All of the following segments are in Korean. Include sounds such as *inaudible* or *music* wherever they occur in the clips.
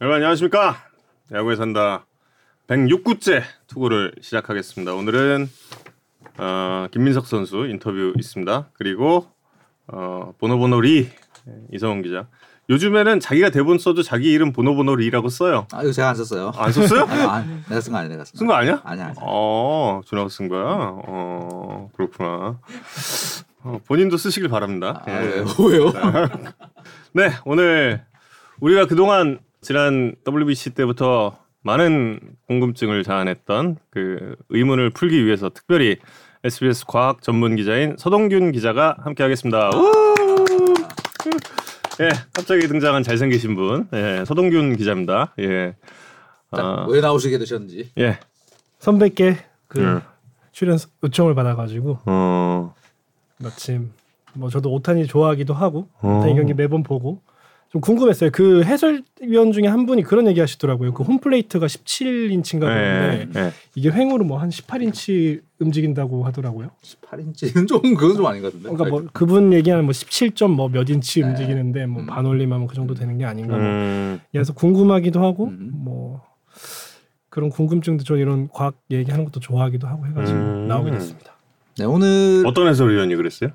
여러분 안녕하십니까? 야구에 산다 106구째 투구를 시작하겠습니다. 오늘은 어, 김민석 선수 인터뷰 있습니다. 그리고 어, 보노보노리 네, 이성훈 기자. 요즘에는 자기가 대본 써도 자기 이름 보노보노리라고 써요. 아 이거 제가 안 썼어요. 안 썼어요? *laughs* 아, 아, 내가 쓴 거 아니야, 내가 쓴 쓴 거 아니야? 아니야. 아니야. 어, 준하고 쓴 거야? 어, 그렇구나. 어, 본인도 쓰시길 바랍니다. 아, 예. 왜요? 네, 오늘 우리가 그동안 지난 WBC 때부터 많은 궁금증을 자아냈던 그 의문을 풀기 위해서 특별히 SBS 과학 전문 기자인 서동균 기자가 함께하겠습니다. 우! 예, 갑자기 등장한 잘생기신 분, 예, 서동균 기자입니다. 예, 아, 왜 나오시게 되셨는지. 예, 선배께 뭐 그 예. 출연 요청을 받아가지고 어, 마침 뭐 저도 오타니 좋아하기도 하고 어. 오타니 경기 매번 보고 좀 궁금했어요. 그 해설위원 중에 한 분이 그런 얘기하시더라고요. 그 홈플레이트가 17인치인가 예, 그런데 예. 이게 횡으로 뭐 한 18인치 움직인다고 하더라고요. 18인치는 좀 그건 좀 네, 아닌 것 같은데. 그러니까 뭐 그분 얘기하는 뭐 17점 뭐 몇 인치 움직이는데 뭐 음. 반올림하면 그 정도 되는 게 아닌가. 뭐 음, 그래서 궁금하기도 하고 음. 뭐 그런 궁금증도 저 이런 과학 얘기하는 것도 좋아하기도 하고 해가지고 음. 나오게 됐습니다. 네 오늘 어떤 해설위원이 그랬어요?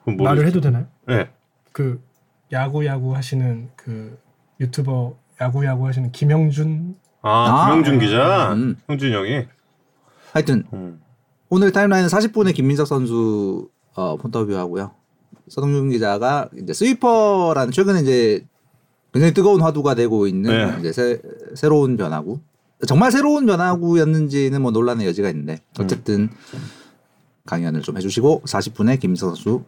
그건 모르겠어요. 말을 해도 되나요? 예, 그 야구 야구 하시는 그 유튜버 야구 야구 하시는 김영준 아, 아. 김영준 기자, 음. 형준 형이. 하여튼 음. 오늘 타임라인은 40분에 김민석 선수 어, 폰터뷰하고요. 서동준 기자가 이제 스위퍼라는 최근에 이제 굉장히 뜨거운 화두가 되고 있는 네. 이제 새, 새로운 변화구. 정말 새로운 변화구였는지는 뭐 논란의 여지가 있는데 어쨌든 강연을 좀 해주시고 40분에 김민석 선수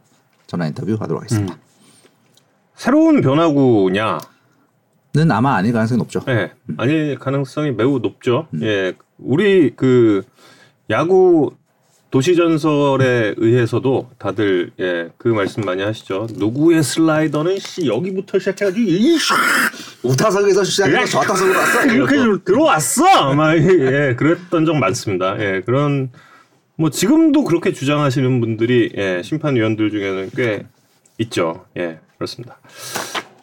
전화 인터뷰 하도록 하겠습니다. 새로운 변화구냐? 는 아마 아닐 가능성이 높죠. 예. 아닐 가능성이 매우 높죠. 예. 우리 그 야구 도시 전설에 의해서도 다들 예, 그 말씀 많이 하시죠. 누구의 슬라이더는 씨 여기부터 시작해가지고 이샥 우타석에서 시작해서 예. 좌타석으로 왔어. 이렇게 좀 들어왔어. 막 예, 그랬던 적 많습니다. 예, 그런 뭐 지금도 그렇게 주장하시는 분들이 예, 심판위원들 중에는 꽤 있죠. 예, 그렇습니다.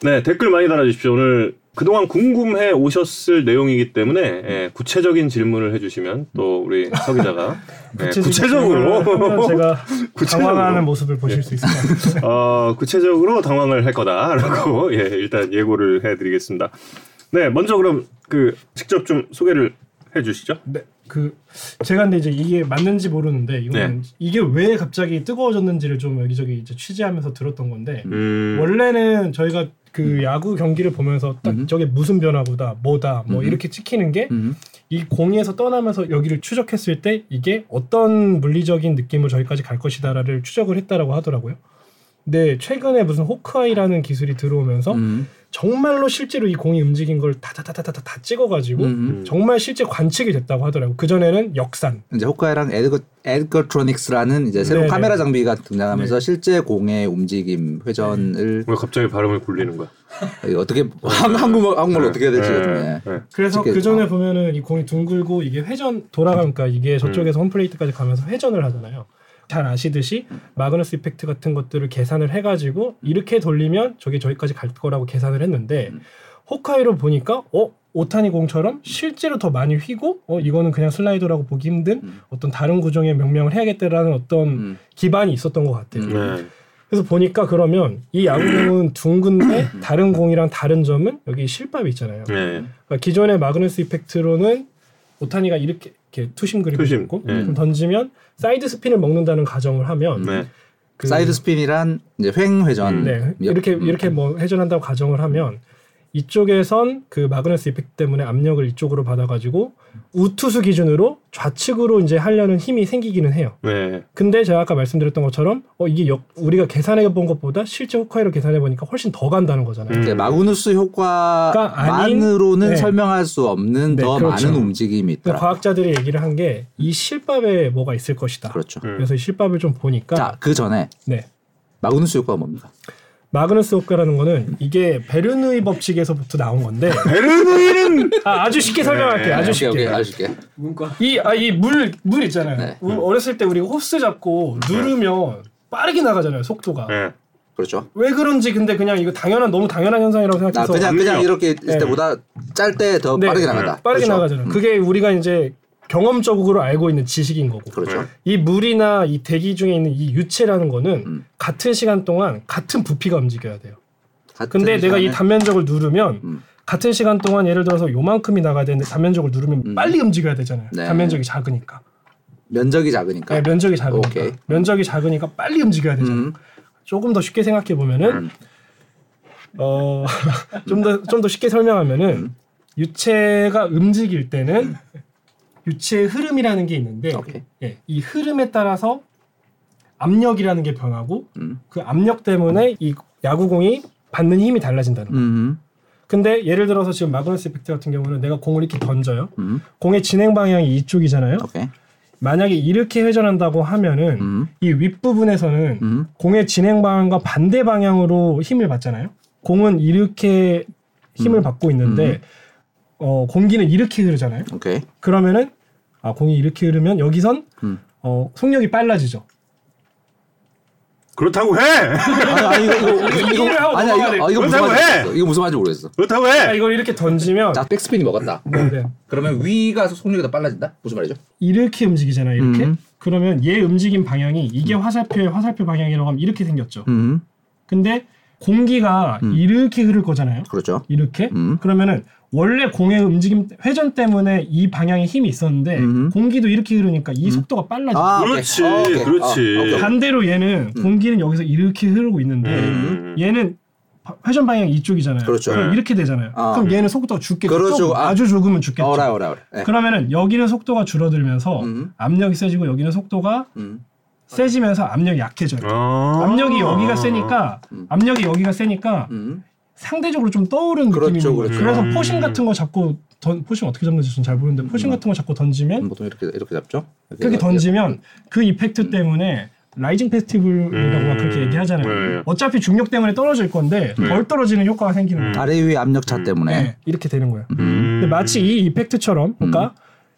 네, 댓글 많이 달아주십시오. 오늘 그동안 궁금해 오셨을 내용이기 때문에 예, 구체적인 질문을 해주시면 또 우리 서 기자가 예, 질문을 하면 구체적으로 제가 구체적으로. 당황하는 모습을 보실 수 있을 것 *laughs* 같아요. 어, 구체적으로 당황을 할 거다라고 예, 일단 예고를 해드리겠습니다. 네, 먼저 그럼 그 직접 좀 소개를 해주시죠. 네, 그 제가 근데 이제 이게 맞는지 모르는데 이거는 이게 왜 갑자기 뜨거워졌는지를 좀 여기저기 이제 취재하면서 들었던 건데 음, 원래는 저희가 그 음. 야구 경기를 보면서 딱 저게 무슨 변화구다, 뭐다, 뭐 이렇게 찍히는 게 음. 이 공에서 떠나면서 여기를 추적했을 때 이게 어떤 물리적인 느낌으로 저기까지 갈 것이다를 추적을 했다라고 하더라고요. 근데 최근에 무슨 호크아이라는 기술이 들어오면서 음. 정말로 실제로 이 공이 움직인 걸 다다다다다 다 찍어가지고 음. 정말 실제 관측이 됐다고 하더라고요. 그 전에는 역산. 이제 호카이랑 에드거 에드거트로닉스라는 이제 새로운 네네. 네. 카메라 장비가 등장하면서 실제 공의 움직임 회전을 왜 갑자기 발음을 굴리는 거야? 네. 이거 어떻게 한, 한국말 한국말로 어떻게 해야 될지 네. 네. 그래서 찍게 그 전에 됐다. 보면은 이 공이 둥글고 이게 회전 돌아가니까 음. 이게 저쪽에서 홈플레이트까지 가면서 회전을 하잖아요. 잘 아시듯이 마그너스 이펙트 같은 것들을 계산을 해가지고 이렇게 돌리면 저게 저기까지 갈 거라고 계산을 했는데 음. 호카이로 보니까 어 오타니 공처럼 실제로 더 많이 휘고 어 이거는 그냥 슬라이더라고 보기 힘든 음. 어떤 다른 구종의 명명을 해야겠다라는 어떤 음. 기반이 있었던 것 같아요. 음. 네. 그래서 보니까 그러면 이 야구공은 둥근데 다른 공이랑 다른 점은 여기 실밥이 있잖아요. 네. 그러니까 기존의 마그네스 이펙트로는 오타니가 이렇게, 이렇게 투심 그립을 투심, 잡고 예. 그럼 던지면 사이드 스핀을 먹는다는 가정을 하면 네. 그- 사이드 스핀이란 이제 횡 회전 네, 이렇게 음. 이렇게 뭐 회전한다고 가정을 하면 이쪽에선 그 마그네스 이펙트 때문에 압력을 이쪽으로 받아가지고 우투수 기준으로 좌측으로 이제 하려는 힘이 생기기는 해요. 네. 근데 제가 아까 말씀드렸던 것처럼 어 이게 역, 우리가 계산해 본 것보다 실제 호카이로 계산해 보니까 훨씬 더 간다는 거잖아요. 음. 이제 마그누스 그러니까 아닌- 효과만으로는 네. 설명할 수 없는 네, 더 그렇죠. 많은 움직임이 근데 있더라. 과학자들이 얘기를 한 게 이 실밥에 뭐가 있을 것이다. 그렇죠. 음. 그래서 이 실밥을 좀 보니까 자, 그 전에 네. 마그누스 효과가 뭡니까? 마그너스 효과라는 거는 이게 베르누이 법칙에서부터 나온 건데 *laughs* 베르누이는 네. 아, 아주 쉽게 설명할게요. 아주 쉽게. 네, 오케이, 오케이, 아주 쉽게. 이아이물 물 있잖아요. 네. 우- 어렸을 때 우리가 호스 잡고 누르면 빠르게 나가잖아요. 속도가. 네. 그렇죠. 왜 그런지 근데 그냥 이거 당연한 너무 당연한 현상이라고 나 생각해서 그냥 그냥 압력. 이렇게 있을 네. 때보다 짤 때 더 네, 빠르게 네. 나간다. 빠르게 그렇죠. 나가잖아요. 음, 그게 우리가 이제 경험적으로 알고 있는 지식인 거고. 그렇죠. 네. 이 물이나 이 대기 중에 있는 이 유체라는 거는 음. 같은 시간 동안 같은 부피가 움직여야 돼요. 같은 근데 내가 이 시간에- 단면적을 누르면 음. 같은 시간 동안 예를 들어서 요만큼이 나가야 되는데 단면적을 누르면 음. 빨리 움직여야 되잖아요. 네. 단면적이 작으니까. 면적이 작으니까. 네, 면적이 작으니까. 오케이. 면적이 작으니까 빨리 움직여야 되잖아요. 음. 조금 더 쉽게 생각해 보면은 음. 어 *laughs* 좀 더 좀 더 쉽게 음. 설명하면은 유체가 움직일 때는 유체의 흐름이라는 게 있는데 오케이. 예, 이 흐름에 따라서 압력이라는 게 변하고 음. 그 압력 때문에 이 야구공이 받는 힘이 달라진다는 거. 음. 근데 예를 들어서 지금 마그너스 이펙트 같은 경우는 내가 공을 이렇게 던져요. 음. 공의 진행 방향이 이쪽이잖아요. 오케이. 만약에 이렇게 회전한다고 하면은 음. 이 윗부분에서는 음. 공의 진행 방향과 반대 방향으로 힘을 받잖아요. 공은 이렇게 힘을 음. 받고 있는데 어, 공기는 이렇게 흐르잖아요. 오케이. 그러면은 아, 공이 이렇게 흐르면 여기선 음. 어, 속력이 빨라지죠. 그렇다고 해. *laughs* *laughs* 아니, 이거 이거 이거 이해를 하고 아니야 넘어가야 이거, 아, 이거 그렇다고 무슨 말인지 해! 모르겠어. 이거 무슨 말인지 모르겠어. 그렇다고 아, 해. 이걸 이렇게 던지면 나 백스핀이 먹었다. 네. 그러면 위가 속력이 더 빨라진다? 무슨 말이죠? 이렇게 움직이잖아요. 이렇게 음. 그러면 얘 움직임 방향이 이게 화살표의 화살표 방향이라고 하면 이렇게 생겼죠. 음. 근데 공기가 음. 이렇게 흐를 거잖아요. 그렇죠. 이렇게 음. 그러면은 원래 공의 움직임 회전 때문에 이 방향에 힘이 있었는데 음. 공기도 이렇게 흐르니까 이 속도가 빨라져. 요 아, 오케이. 그렇지, 어, 오케이. 그렇지. 어, 오케이. 반대로 얘는 음. 공기는 여기서 이렇게 흐르고 있는데 음. 얘는 바- 회전 방향이 이쪽이잖아요. 그렇죠. 그럼 이렇게 되잖아요. 아. 그럼 얘는 속도가 죽겠죠. 그렇죠. 조금, 아. 아주 조금은 죽겠죠. 어라 어라 어라. 예. 그러면은 여기는 속도가 줄어들면서 음. 압력이 세지고 여기는 속도가 음. 세지면서 압력이 약해져요. 아~ 압력이 여기가 세니까 음. 압력이 여기가 세니까 음. 상대적으로 좀 떠오른 그렇죠, 느낌이 있는 거예요. 그렇죠. 그래서 음. 포신 같은 거 잡고 던, 포신 어떻게 잡는지 저는 잘 모르는데 포신 같은 거 잡고 던지면 음, 보통 이렇게 이렇게 잡죠. 그렇게 던지면 그 이펙트 때문에 라이징 페스티벌이라고 막 그렇게 음. 얘기하잖아요. 네. 어차피 중력 때문에 떨어질 건데 덜 떨어지는 효과가 생기는 거예요. 아래 위 압력차 때문에 네, 이렇게 되는 거예요. 음. 근데 마치 이 이펙트처럼 음. 그러니까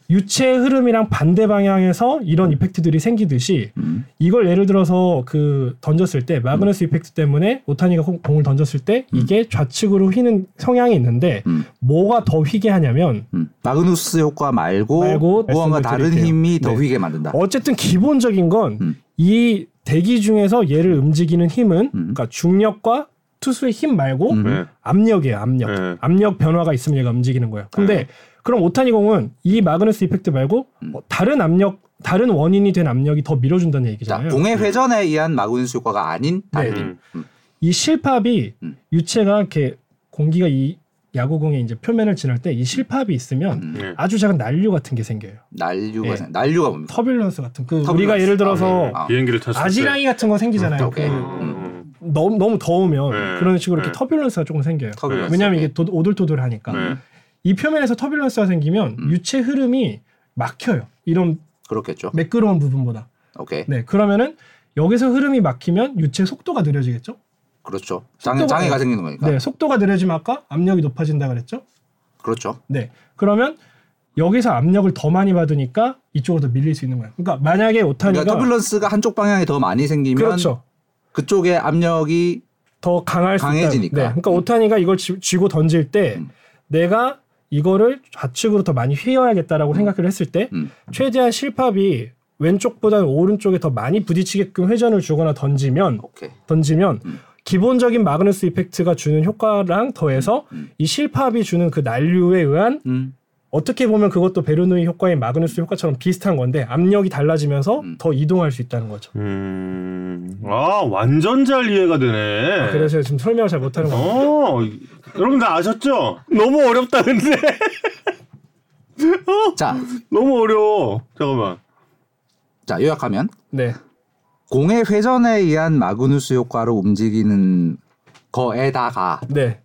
유체 흐름이랑 반대 방향에서 이런 이펙트들이 생기듯이 음. 이걸 예를 들어서 그 던졌을 때 마그너스 이펙트 때문에 오타니가 공- 공을 던졌을 때 이게 좌측으로 휘는 성향이 있는데 음. 뭐가 더 휘게 하냐면 음. 마그누스 효과 말고, 말고 무언가 말씀을 다른 드릴게요. 힘이 더 네. 휘게 만든다. 어쨌든 기본적인 음. 건 이 대기 중에서 얘를 움직이는 힘은 그러니까 중력과 투수의 힘 말고 음. 네. 압력이에요 압력 네. 압력 변화가 있으면 얘가 움직이는 거예요 근데 네. 그럼 오타니 공은 이 마그너스 이펙트 말고 음. 뭐 다른 압력 다른 원인이 된 압력이 더 밀어준다는 자, 얘기잖아요 공의 회전에 의한 마그누스 효과가 아닌 다른 네. 음. 힘. 이 실밥이 음. 유체가 이렇게 공기가 이 야구공의 이제 표면을 지날 때 이 실밥이 있으면 음. 네. 아주 작은 난류 같은 게 생겨요. 난류가 예. 생- 난류가 뭡니까? 터뷸런스 같은 그 우리가 터뷸런스. 예를 들어서 아, 음. 비행기를 탔을 때. 아지랑이 같은 거 생기잖아요. 음, 오케이. 그 음. 너무 너무 더우면 네. 그런 식으로 이렇게 네. 터뷸런스가 조금 생겨요. 터뷸런스. 왜냐하면 이게 도- 오돌토돌하니까 네. 이 표면에서 터뷸런스가 생기면 음. 유체 흐름이 막혀요. 이런 그렇겠죠. 매끄러운 부분보다. 오케이. 네, 그러면은 여기서 흐름이 막히면 유체 속도가 느려지겠죠? 그렇죠. 장애, 속도가- 장애가 생기는 거니까. 네, 속도가 느려지면 아까 압력이 높아진다 그랬죠? 그렇죠. 네. 그러면 여기서 압력을 더 많이 받으니까 이쪽으로 더 밀릴 수 있는 거예요. 그러니까 만약에 오타니가 그러니까 터뷸런스가 한쪽 방향이 더 많이 생기면 그렇죠. 그쪽의 압력이 더 강할 수 강해지니까. 있다. 네. 그러니까 오타니가 이걸 쥐, 쥐고 던질 때 음. 내가 이거를 좌측으로 더 많이 휘어야겠다라고 생각을 했을 때 음. 최대한 실밥이 왼쪽보다는 오른쪽에 더 많이 부딪히게끔 회전을 주거나 던지면 오케이. 던지면 음. 기본적인 마그네스 이펙트가 주는 효과랑 더해서 음. 이 실밥이 주는 그 난류에 의한 음. 어떻게 보면 그것도 베르누이 효과인 마그누스 효과처럼 비슷한 건데 압력이 달라지면서 음. 더 이동할 수 있다는 거죠. 음. 아 완전 잘 이해가 되네. 아, 그래서 지금 설명을 잘 못하는 거예요. 어 여러분 다 아셨죠? 너무 어렵다 근데 *laughs* 자, 너무 어려워. 잠깐만. 자 요약하면 네, 공의 회전에 의한 마그누스 효과로 움직이는 거에다가 네.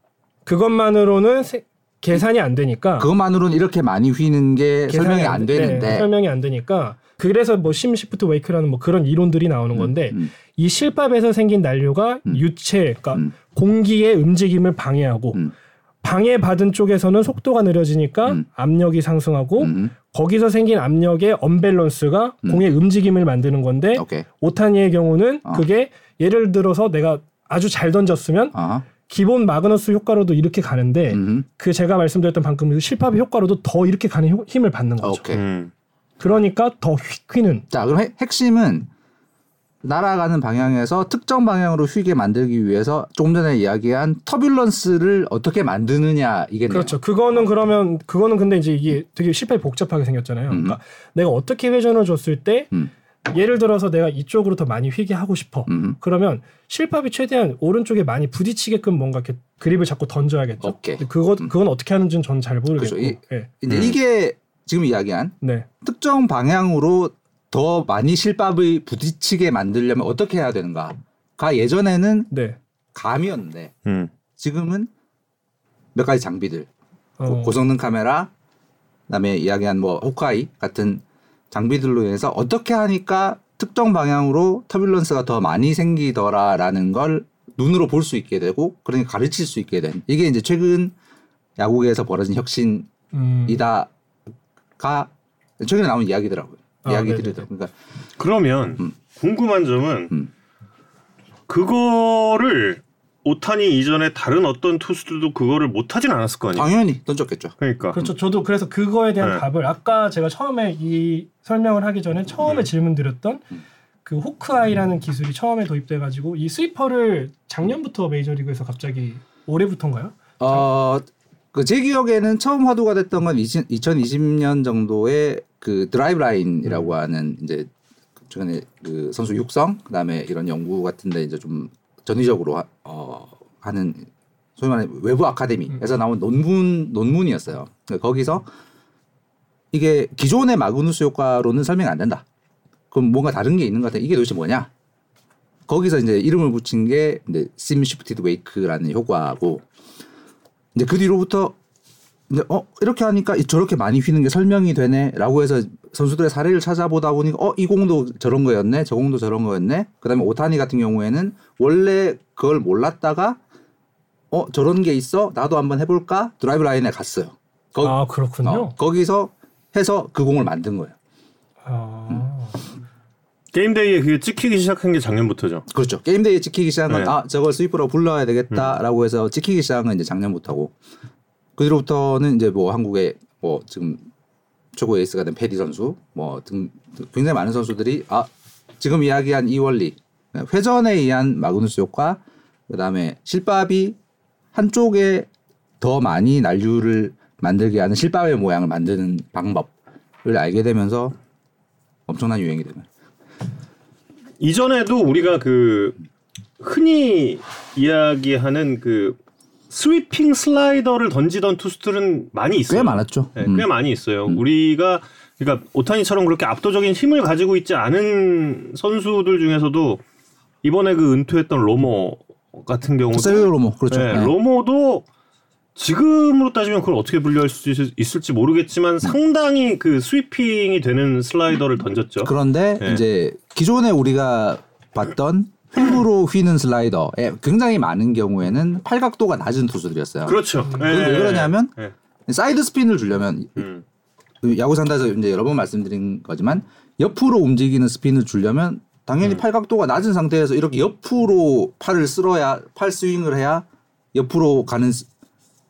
그것만으로는 세- 계산이 안 되니까 그것만으로는 이렇게 많이 휘는 게 계산이 설명이 안 돼- 되는데 네, 설명이 안 되니까 그래서 뭐 심시프트 웨이크라는 뭐 그런 이론들이 나오는 건데 음. 이 실밥에서 생긴 난류가 유체, 그러니까 음. 공기의 움직임을 방해하고 음. 방해받은 쪽에서는 속도가 느려지니까 음. 압력이 상승하고 음. 거기서 생긴 압력의 언밸런스가 음. 공의 움직임을 만드는 건데 오케이. 오타니의 경우는 어. 그게 예를 들어서 내가 아주 잘 던졌으면 아하. 기본 마그너스 효과로도 이렇게 가는데 음흠. 그 제가 말씀드렸던 방금 그 실밥의 효과로도 더 이렇게 가는 효- 힘을 받는 거죠. 오케이. 음. 그러니까 더 휙 휘는 자, 그럼 핵- 핵심은 날아가는 방향에서 특정 방향으로 휘게 만들기 위해서 조금 전에 이야기한 터뷸런스를 어떻게 만드느냐 이겠네요. 그렇죠. 그거는 그러면 그거는 근데 이제 이게 되게 실패 복잡하게 생겼잖아요. 음. 그러니까 내가 어떻게 회전을 줬을 때 음. 예를 들어서 내가 이쪽으로 더 많이 휘게 하고 싶어. 음. 그러면 실밥이 최대한 오른쪽에 많이 부딪히게끔 뭔가 이렇게 그립을 자꾸 던져야겠죠. 오케이. 음. 근데 그거 그건 어떻게 하는지는 저는 잘 모르겠고. 그렇죠. 이- 예. 이제 음. 이게 지금 이야기한 네. 특정 방향으로 더 많이 실밥을 부딪히게 만들려면 어떻게 해야 되는가가 예전에는 네. 감이었는데 음. 지금은 몇 가지 장비들 고- 어, 고성능 카메라 그다음에 이야기한 뭐 호카이 같은 장비들로 인해서 어떻게 하니까 특정 방향으로 터뷸런스가 더 많이 생기더라라는 걸 눈으로 볼 수 있게 되고 그러니까 가르칠 수 있게 된 이게 이제 최근 야구계에서 벌어진 혁신이다가 음, 최근에 나온 이야기더라고요. 아, 이야기들이 네네네. 그러니까 그러면 음. 궁금한 점은 음. 그거를 오타니 이전에 다른 어떤 투수들도 그거를 못 하진 않았을 거 아니에요. 당연히 던졌겠죠. 그러니까. 그렇죠. 저도 그래서 그거에 대한 네. 답을 아까 제가 처음에 이 설명을 하기 전에 네. 처음에 질문드렸던 그 호크아이라는 기술이 처음에 도입돼 가지고 이 스위퍼를 작년부터 메이저리그에서 갑자기 올해부터인가요? 어, 그 제 기억에는 처음 화두가 됐던 건 20, 2020년 정도에 그 드라이브 라인이라고 하는 이제 최근에 그 선수 육성 그다음에 이런 연구 같은데 이제 좀 전위적으로 하, 어, 하는 소위 말해 외부 아카데미에서 나온 논문 논문이었어요. 그러니까 거기서 이게 기존의 마그누스 효과로는 설명이 안 된다. 그럼 뭔가 다른 게 있는 것 같아. 이게 도대체 뭐냐? 거기서 이제 이름을 붙인 게 이제 심 시프티드 웨이크라는 효과고 이제 그 뒤로부터 이제 어 이렇게 하니까 이- 저렇게 많이 휘는 게 설명이 되네라고 해서 선수들의 사례를 찾아보다 보니까 어 이 공도 저런 거였네 저 공도 저런 거였네 그다음에 오타니 같은 경우에는 원래 그걸 몰랐다가 어 저런 게 있어 나도 한번 해볼까 드라이브 라인에 갔어요 거, 아, 그렇군요. 어, 거기서 해서 그 공을 만든 거예요 아. 음. 게임데이에 그게 찍히기 시작한 게 작년부터죠. 그렇죠 게임데이 지키기 시작한 건 네. 음. 아 저걸 스위프로 불러야 되겠다라고 해서 지키기 시작한 건 이제 작년부터고 그 뒤로부터는 이제 뭐 한국의 뭐 지금 최고 에이스가 된 페디 선수 뭐 등 굉장히 많은 선수들이 아 지금 이야기한 이 원리 회전에 의한 마그누스 효과 그다음에 실밥이 한쪽에 더 많이 난류를 만들게 하는 실밥의 모양을 만드는 방법을 알게 되면서 엄청난 유행이 되는 이전에도 우리가 그 흔히 이야기하는 그 스위핑 슬라이더를 던지던 투수들은 많이 있어요. 꽤 많았죠. 네, 음. 꽤 많이 있어요. 우리가 그러니까 오타니처럼 그렇게 압도적인 힘을 가지고 있지 않은 선수들 중에서도 이번에 그 은퇴했던 로모 같은 경우도 셀로 로모 그렇죠. 네, 네. 로모도 지금으로 따지면 그걸 어떻게 분류할 수 있- 있을지 모르겠지만 상당히 그 스위핑이 되는 슬라이더를 던졌죠. 그런데 예. 이제 기존에 우리가 봤던 횡으로 휘는 슬라이더에 예, 굉장히 많은 경우에는 팔각도가 낮은 투수들이었어요. 그렇죠. 예, 음, 왜 그러냐면 예. 사이드 스핀을 주려면 음. 야구 산다에서 이제 여러 번 말씀드린 거지만 옆으로 움직이는 스핀을 주려면 당연히 음. 팔각도가 낮은 상태에서 이렇게 옆으로 팔을 쓸어야 팔 스윙을 해야 옆으로 가는 스-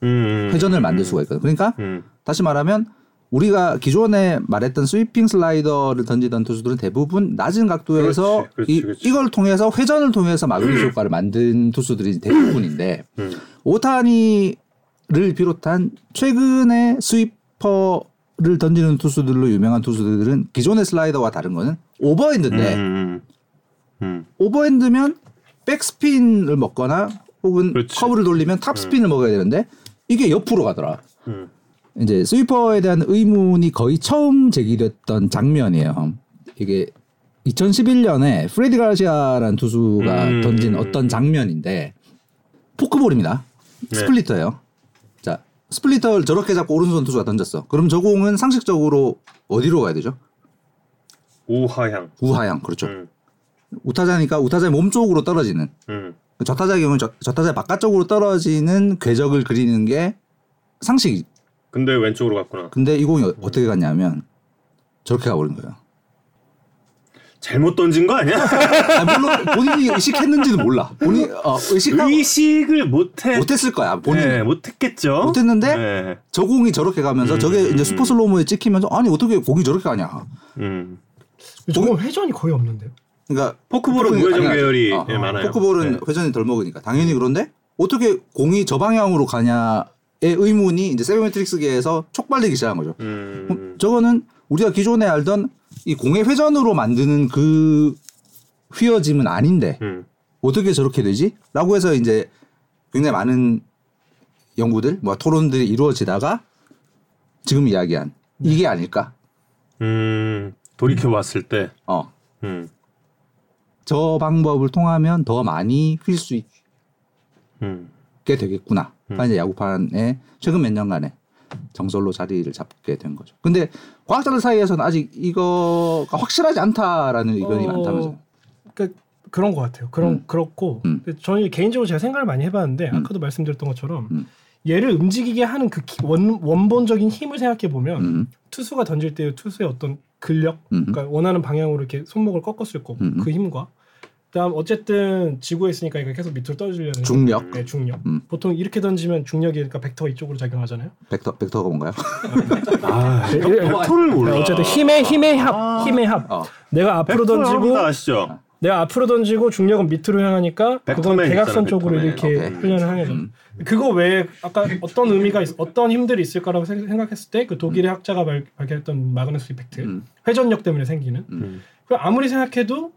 음, 회전을 만들 수가 있거든요. 그러니까 음. 다시 말하면 우리가 기존에 말했던 스위핑 슬라이더를 던지던 투수들은 대부분 낮은 각도에서 그렇지, 그렇지, 이, 그렇지. 이걸 통해서 회전을 통해서 마그니스 효과를 만든 투수들이 대부분인데 음. 오타니를 비롯한 최근에 스위퍼를 던지는 투수들로 유명한 투수들은 기존의 슬라이더와 다른 거는 오버핸드인데 음, 음, 음. 오버핸드면 백스핀을 먹거나 혹은 그렇지. 커브를 돌리면 탑스핀을 먹어야 되는데 이게 옆으로 가더라. 음. 이제 스위퍼에 대한 의문이 거의 처음 제기됐던 장면이에요. 이게 2011년에 프레디 가르시아라는 투수가 음. 던진 어떤 장면인데 포크볼입니다. 네. 스플리터예요. 자, 스플리터를 저렇게 잡고 오른손 투수가 던졌어. 그럼 저 공은 상식적으로 어디로 가야 되죠? 우하향. 우하향 그렇죠. 음, 우타자니까 우타자의 몸쪽으로 떨어지는 음, 좌타자의 경우는 좌- 좌타자의 바깥쪽으로 떨어지는 궤적을 그리는 게 상식. 근데 왼쪽으로 갔구나. 근데 이 공이 어- 어떻게 갔냐면 저렇게 가버린 거예요. 잘못 던진 거 아니야? *laughs* 아, 물론 본인이 의식했는지는 몰라. 본인 어, 의식하고 의식을 못해. 못했을 거야. 본인 예, 이 못했겠죠. 못했는데 예, 저 공이 저렇게 가면서 음, 저게 음, 이제 슈퍼슬로우모에 찍히면서 아니 어떻게 공이 저렇게 가냐. 음. 저건 회전이 거의 없는데요. 그러니까 포크볼은 포크볼이- 무회전 아니, 아니, 계열이 어, 예, 어, 많아요. 포크볼은 예. 회전이 덜 먹으니까 당연히 그런데 어떻게 공이 저 방향으로 가냐의 의문이 이제 세브메트릭스계에서 촉발되기 시작한 거죠. 음. 저거는 우리가 기존에 알던 이 공의 회전으로 만드는 그 휘어짐은 아닌데 음. 어떻게 저렇게 되지? 라고 해서 이제 굉장히 많은 연구들, 뭐 토론들이 이루어지다가 지금 이야기한 이게 아닐까? 음. 돌이켜 봤을 때 어. 음. 저 방법을 통하면 더 많이 휠 수 있게 음. 되겠구나. 가 이제 야구판에 최근 몇 년간에 정설로 자리를 잡게 된 거죠. 근데 과학자들 사이에서는 아직 이거가 확실하지 않다라는 의견이 어, 많다면서. 그러니까 그런 것 같아요. 그런 음. 그렇고 음. 저는 개인적으로 제가 생각을 많이 해봤는데 음. 아까도 말씀드렸던 것처럼 음. 얘를 움직이게 하는 그 원 원본적인 힘을 생각해 보면 음, 투수가 던질 때 투수의 어떤 근력, 음, 그러니까 원하는 방향으로 이렇게 손목을 꺾었을 거고 음. 그 힘과 그다음 어쨌든 지구에 있으니까 이거 계속 밑으로 떨어지려는 중력 네, 중력. 음. 보통 이렇게 던지면 중력이 그러니까 벡터가 이쪽으로 작용하잖아요. 벡터 벡터가 뭔가요? *laughs* 아, 예, 예. 벡터를 몰라. 어쨌든 힘의 힘의 합, 아. 힘의 합. 어. 내가 앞으로 벡터를 던지고 합니다, 아시죠? 내가 앞으로 던지고 중력은 밑으로 향하니까 그건 벡터맨 대각선 있잖아, 쪽으로 벡터맨. 이렇게 오케이. 훈련을 하는 거죠. 음. 그거 외에 아까 어떤 의미가 있, 어떤 힘들이 있을 거라고 생- 생각했을 때 그 독일의 학자가 발, 발견했던 마그너스 이펙트 음. 회전력 때문에 생기는 음. 그 아무리 생각해도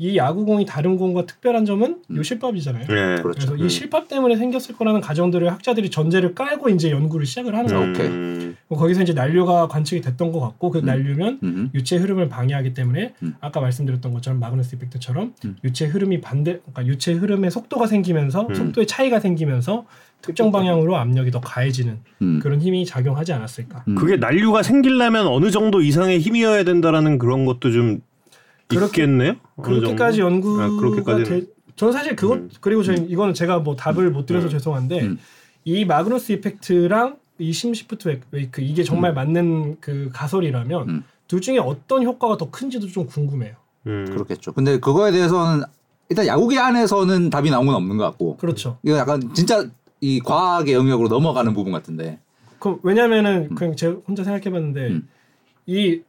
이 야구공이 다른 공과 특별한 점은 음. 요 실밥이잖아요. 예. 그렇죠. 그래서 음. 이 실밥 때문에 생겼을 거라는 가정들을 학자들이 전제를 깔고 이제 연구를 시작을 하는 거예요. 뭐 음. 오케이. 거기서 이제 난류가 관측이 됐던 것 같고 그 난류면 음. 유체 흐름을 방해하기 때문에 음. 아까 말씀드렸던 것처럼 마그너스 이펙트처럼 음. 유체 흐름이 반대 그러니까 유체 흐름의 속도가 생기면서 음. 속도의 차이가 생기면서 특정 방향으로 압력이 더 가해지는 그렇죠. 음. 그런 힘이 작용하지 않았을까. 음. 그게 난류가 생기려면 어느 정도 이상의 힘이어야 된다라는 그런 것도 좀 그렇게- 있겠네요. 어느 그렇게까지 정도? 연구가 아, 그렇게까지는. 돼. 저는 사실 그것 음. 그리고 저희 이거는 제가 뭐 답을 못 드려서 음. 죄송한데 음. 이 마그너스 이펙트랑 이 심시프트 웨이크 이게 정말 맞는 그 가설이라면 음. 둘 중에 어떤 효과가 더 큰지도 좀 궁금해요. 음. 그렇겠죠. 근데 그거에 대해서는 일단 야구계 안에서는 답이 나온 건 없는 것 같고 그렇죠. 이거 약간 진짜 이 과학의 영역으로 넘어가는 부분 같은데. 그럼 왜냐면은 음. 그냥 제가 혼자 생각해봤는데 음. 이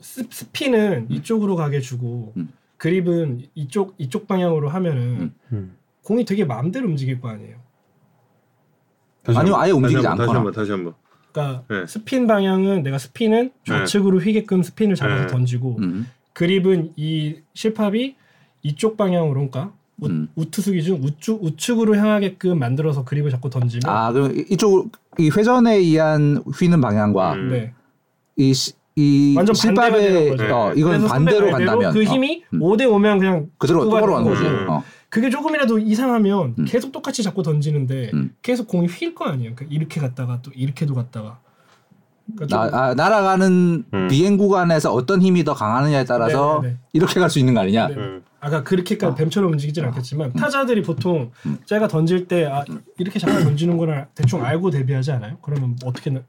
스, 스피는 이쪽으로 가게 주고 음. 그립은 이쪽 이쪽 방향으로 하면은 음. 음. 공이 되게 마음대로 움직일 거 아니에요. 다시 아니면 한번, 아예 움직이지 다시 한번, 않거나. 다시 한번, 그러니까 네. 스핀 방향은 내가 스핀은 좌측으로 휘게끔 스핀을 잡아서 네. 던지고 음. 그립은 이 실밥이 이쪽 방향으로 그러니까 우, 음. 우투수 기준 우측 우측으로 향하게끔 만들어서 그립을 자꾸 던지면 아 그럼 이- 이쪽 이 회전에 의한 휘는 방향과 음. 네. 이, 시, 이 완전 반대가 되는 실밥의 거죠. 어, 네. 이건 그래서 반대로 선배가 이대로 간다면 그 어, 힘이 음. 5대 5면 그냥 음. 그대로 그거가 똑바로 가는 거지. 되는 거죠. 어. 그게 조금이라도 이상하면 음. 계속 똑같이 자꾸 던지는데 음. 계속 공이 휠 거 아니에요. 그러니까 이렇게 갔다가 또 이렇게도 갔다가. 그러니까 나, 좀- 아, 날아가는 음. 비행 구간에서 어떤 힘이 더 강하느냐에 따라서 네, 네, 네. 이렇게 갈 수 있는 거 아니냐. 네. 음. 아까 그렇게까지 뱀처럼 움직이진 아. 음. 않겠지만 타자들이 보통 제가 던질 때 아, 이렇게 잠깐 던지는구나 대충 알고 데뷔하지 않아요? 그러면 어떻게 나-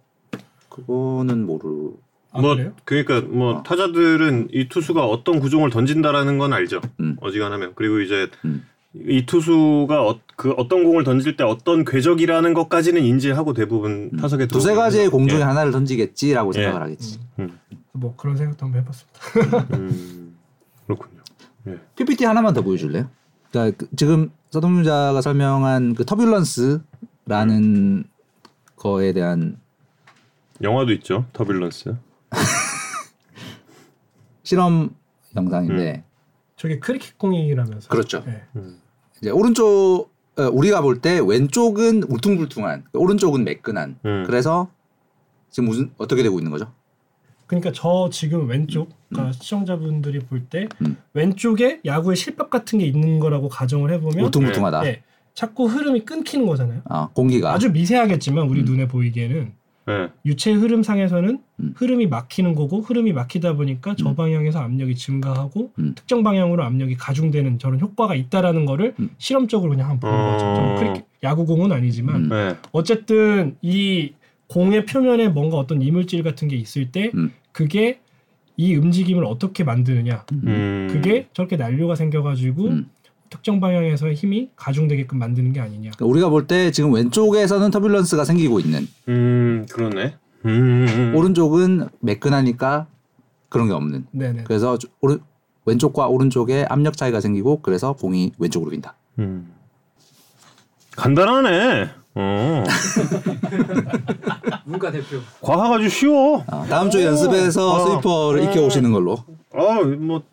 그거는 모르. 아, 뭐 그래요? 아. 그러니까 뭐 어. 타자들은 이 투수가 어떤 구종을 던진다라는 건 알죠. 음. 어지간하면 그리고 이제 음. 이 투수가 어, 그 어떤 공을 던질 때 어떤 궤적이라는 것까지는 인지하고 음. 대부분 타석에 두세 들어오는 가지의 거죠. 공 중에 예. 하나를 던지겠지라고 예. 생각을 하겠지. 뭐 그런 생각도 한번 해봤습니다. *laughs* 음. 그렇군요. 예. PPT 하나만 더 보여줄래요? 그러니까 그- 지금 서동유자가 설명한 그 터뷸런스라는 거에 대한 영화도 있죠. 터뷸런스. 실험 음. 영상인데 저게 크리켓 공이라면서. 그렇죠. 네. 이제 오른쪽 어, 우리가 볼 때 왼쪽은 울퉁불퉁한 오른쪽은 매끈한 음. 그래서 지금 무슨 어떻게 되고 있는 거죠? 그러니까 저 지금 왼쪽 그러니까 시청자분들이 볼 때 음. 왼쪽에 야구의 실밥 같은 게 있는 거라고 가정을 해보면 울퉁불퉁하다. 예, 자꾸 흐름이 끊기는 거잖아요. 어, 공기가 아주 미세하겠지만 우리 눈에 보이기에는 예. 유체 흐름상에서는 음. 흐름이 막히는 거고 흐름이 막히다 보니까 저 음. 방향에서 압력이 증가하고 음. 특정 방향으로 압력이 가중되는 저런 효과가 있다라는 거를 음. 실험적으로 그냥 한번 보는 거죠. 좀 어. 크리켓, 야구공은 아니지만 음. 예. 어쨌든 이 공의 표면에 뭔가 어떤 이물질 같은 게 있을 때 음. 그게 이 움직임을 어떻게 만드느냐 음. 그게 저렇게 난류가 생겨가지고 음. 특정 방향에서의 힘이 가중되게끔 만드는 게 아니냐 그러니까 우리가 볼 때 지금 왼쪽에서는 터뷸런스가 생기고 있는 음 그러네. 음, 음. 오른쪽은 매끈하니까 그런 게 없는. 네네 그래서 조- 오른 왼쪽과 오른쪽에 압력 차이가 생기고 그래서 공이 왼쪽으로 빈다. 음. 간단하네. *laughs* 어. 문과 대표. 과학 아주 쉬워. 아, 다음 주 연습에서 아. 스위퍼를 익혀 오시는 걸로. 아, 뭐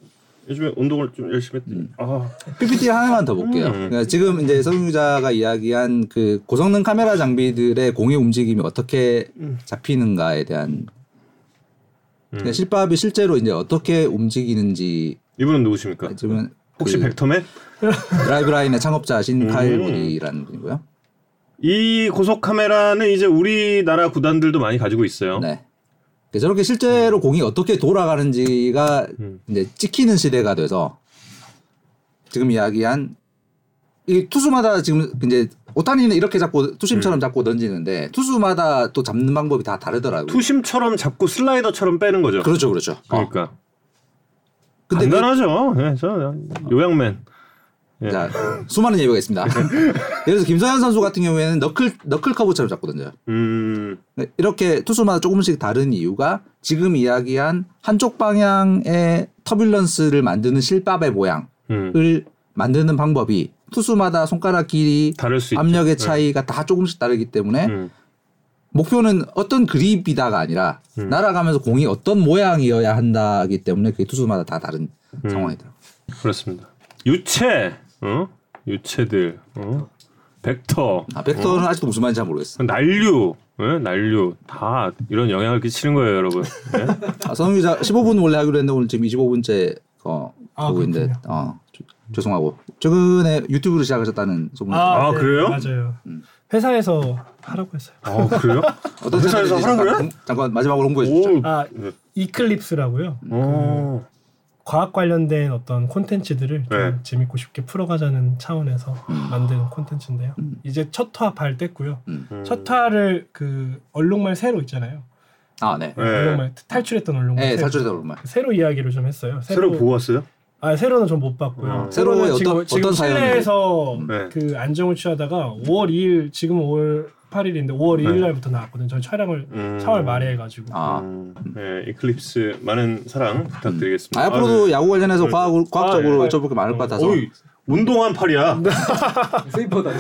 요즘에 운동을 좀 열심히 했더니 음. 아, PPT 하나만 더 볼게요. 음. 그러니까 지금 이제 서윤 기자가 이야기한 그 고성능 카메라 장비들의 공의 움직임이 어떻게 음. 잡히는가에 대한 그러니까 음. 실밥이 실제로 이제 어떻게 움직이는지 이분은 누구십니까? 지금 혹시 벡터맨? 드라이브라인의 창업자신 카일 음. 로디라는 분이고요. 이 고속 카메라는 이제 우리나라 구단들도 많이 가지고 있어요. 네. 그러니까 저렇게 실제로 공이 어떻게 돌아가는지가 음. 이제 찍히는 시대가 돼서 지금 이야기한 이 투수마다 지금 이제 오타니는 이렇게 잡고 음. 투심처럼 잡고 던지는데 투수마다 또 잡는 방법이 다 다르더라고요. 투심처럼 잡고 슬라이더처럼 빼는 거죠. 그, 그렇죠, 그렇죠. 러 어. 니까 근데 그- 간단하죠. 예, 저 요양맨. 예. 자, 수많은 *laughs* 예배가 있습니다. 예를 들어서 김서현 선수 같은 경우에는 너클 너클 커브처럼 잡고 던져요. 음, 네, 이렇게 투수마다 조금씩 다른 이유가 지금 이야기한 한쪽 방향의 터뷸런스를 만드는 실밥의 모양을 음. 만드는 방법이 투수마다 손가락 길이, 다를 수 있죠. 네. 압력의 차이가 다 조금씩 다르기 때문에 음. 목표는 어떤 그립이다가 아니라 음. 날아가면서 공이 어떤 모양이어야 한다기 때문에 그게 투수마다 다 다른 음. 상황이더라고요. 그렇습니다. 유체, 어? 유체들, 어? 벡터, 아, 백터는 음. 아직도 무슨 말인지 잘 모르겠어. 난류, 예? 난류 다 이런 영향을 끼치는 거예요, 여러분. 예? 아, 선우 기자 15분 원래 하기로 했는데 오늘 지금 25분째 어, 아, 보고 있는데 그렇군요. 어, 조- 죄송하고 최근에 유튜브를 시작하셨다는 소문. 아, 그래요? 네, 맞아요 회사에서 하라고 했어요 아 *laughs* 그래요? 어떤 회사에서 채널인지 하라고요? 잠깐, 잠깐 마지막으로 홍보해 주시죠. 오, 아 네. 이클립스라고요 오. 어. 과학 관련된 어떤 콘텐츠들을 좀 네. 재밌고 쉽게 풀어가자는 차원에서 만든 콘텐츠인데요 이제 첫 화 발뗐고요 음. 첫 화를 그 얼룩말 새로 있잖아요 아 네. 예. 얼룩말 탈출했던 얼룩말 네, 새로. 탈출해서 그런 말. 새로 이야기를 좀 했어요 새로 보고 왔어요? 아 새로는 좀 못 봤고요. 어. 음. 새로의 그리고 지금, 어떤- 지금 어떤 사연이? 실내에서 네. 그 안정을 취하다가 5월 2일 지금 5월 8일인데 5월 2일 날부터 나왔거든요. 저희 촬영을 네. 음. 4월 말에 해가지고 아, 음. 예, 이클립스 많은 사랑 부탁드리겠습니다. 아, 앞으로도 아, 네. 야구 관련해서 과학, 과학적으로 아, 네. 여쭤볼 게 많을 것 같아서 네. 어이, 운동한 *laughs* 팔이야. 스위퍼다.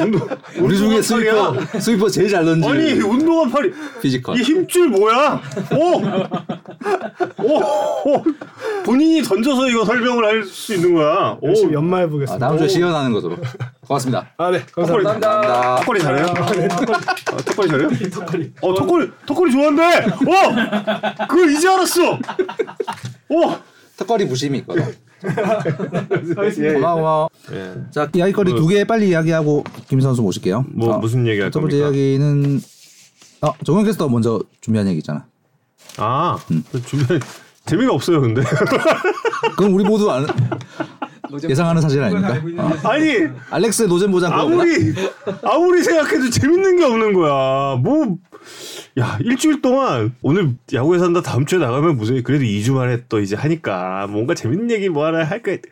운동, 우리 중에 네. 운동한 팔이야. 스위퍼 스위퍼 제일 잘 던지. 아니 운동한 팔이 피지컬. 이 힘줄 뭐야? 오! 오! 오! 본인이 던져서 이거 설명을 할 수 있는 거야. 오! 열심히 연말 아, 보겠습니다. 다음 주에 시연하는 것으로. 고맙습니다. 아 네 감사합니다. 감사합니다. 네. 턱걸이 잘해요? 아, 턱걸이 잘해요? 어, 턱걸이, 턱걸이 좋아한대! 오! 그걸 이제 알았어! 오! 턱걸이 부심이 있거든. 예, 고마워. 고마워. 예. 자, 이야기거리 뭐- 두 개 빨리 이야기하고 김 선수 모실게요. 뭐, 어, 무슨 얘기 할 첫 번째 겁니까? 이야기는 어, 정현 캐스터 먼저 준비한 얘기 있잖아. 아, 저 주변에 재미가 없어요, 근데. 그건 우리 모두 아는, 예상하는 사실 아닙니까? 어. 아니, 알렉스 노잼 보장 아무리, 아무리 생각해도 재밌는 게 없는 거야. 뭐, 야, 일주일 동안 오늘 야구에서 한다, 다음 주에 나가면 무슨, 그래도 2주 만에 또 이제 하니까 뭔가 재밌는 얘기 뭐 하나 할까. 했-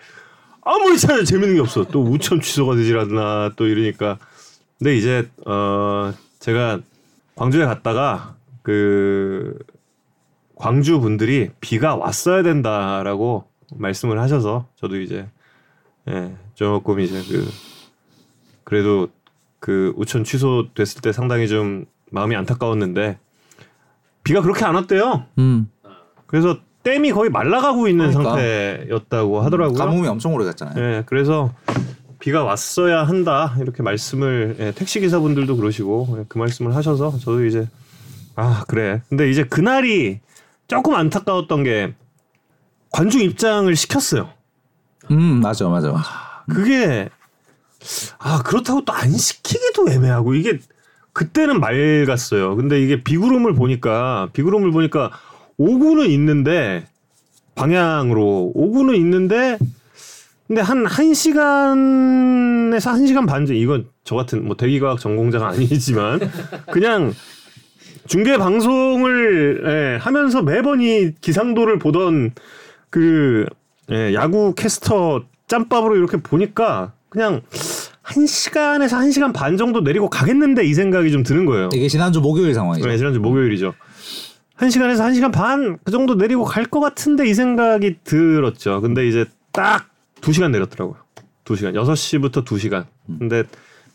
아무리 찾아도 재밌는 게 없어. 또 우천 취소가 되질 않나, 또 이러니까. 근데 이제, 어, 제가 광주에 갔다가 그, 광주 분들이 비가 왔어야 된다라고 말씀을 하셔서 저도 이제 예, 조금 이제 그 그래도 그 우천 취소됐을 때 상당히 좀 마음이 안타까웠는데 비가 그렇게 안 왔대요. 음. 그래서 댐이 거의 말라가고 있는 그러니까. 음, 상태였다고 하더라고요. 가뭄이 엄청 오래 갔잖아요. 예, 그래서 비가 왔어야 한다 이렇게 말씀을 예, 택시 기사분들도 그러시고 예, 그 말씀을 하셔서 저도 이제 아 그래. 근데 이제 그날이 조금 안타까웠던 게 관중 입장을 시켰어요. 음, 맞아, 맞아, 맞아. 그게 아 그렇다고 또 안 시키기도 애매하고 이게 그때는 맑았어요. 근데 이게 비구름을 보니까 비구름을 보니까 오구는 있는데 방향으로 오구는 있는데 근데 한 1시간에서 1시간 반 정도 이건 저 같은 뭐 대기과학 전공자가 아니지만 그냥 중계 방송을 예, 하면서 매번 이 기상도를 보던 그 예, 야구 캐스터 짬밥으로 이렇게 보니까 그냥 한 시간에서 한 시간 반 정도 내리고 가겠는데 이 생각이 좀 드는 거예요. 이게 지난주 목요일 상황이죠. 네, 지난주 목요일이죠. 한 시간에서 한 시간 반 그 정도 내리고 갈 것 같은데 이 생각이 들었죠. 근데 이제 딱 두 시간 내렸더라고요. 두 시간 여섯 시부터 두 시간. 음. 근데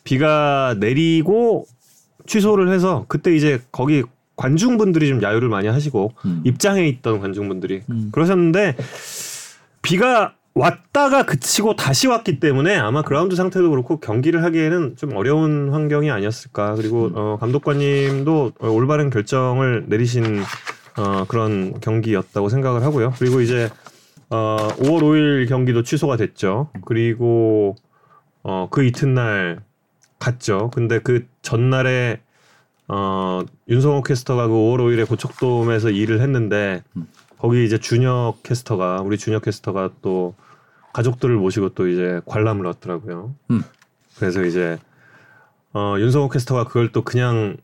비가 내리고 취소를 해서 그때 이제 거기 관중분들이 좀 야유를 많이 하시고 음. 입장에 있던 관중분들이 음. 그러셨는데 비가 왔다가 그치고 다시 왔기 때문에 아마 그라운드 상태도 그렇고 경기를 하기에는 좀 어려운 환경이 아니었을까 그리고 어, 감독관님도 어, 올바른 결정을 내리신 어, 그런 경기였다고 생각을 하고요 그리고 이제 어, 5월 5일 경기도 취소가 됐죠 그리고 어, 그 이튿날 갔죠 근데 그 전날에 어, 윤성호 캐스터가 그 5월 5일에 고척돔에서 일을 했는데 음. 거기 이제 준혁 캐스터가 우리 준혁 캐스터가 또 가족들을 모시고 또 이제 관람을 왔더라고요. 음. 그래서 이제 어, 윤성호 캐스터가 그걸 또 그냥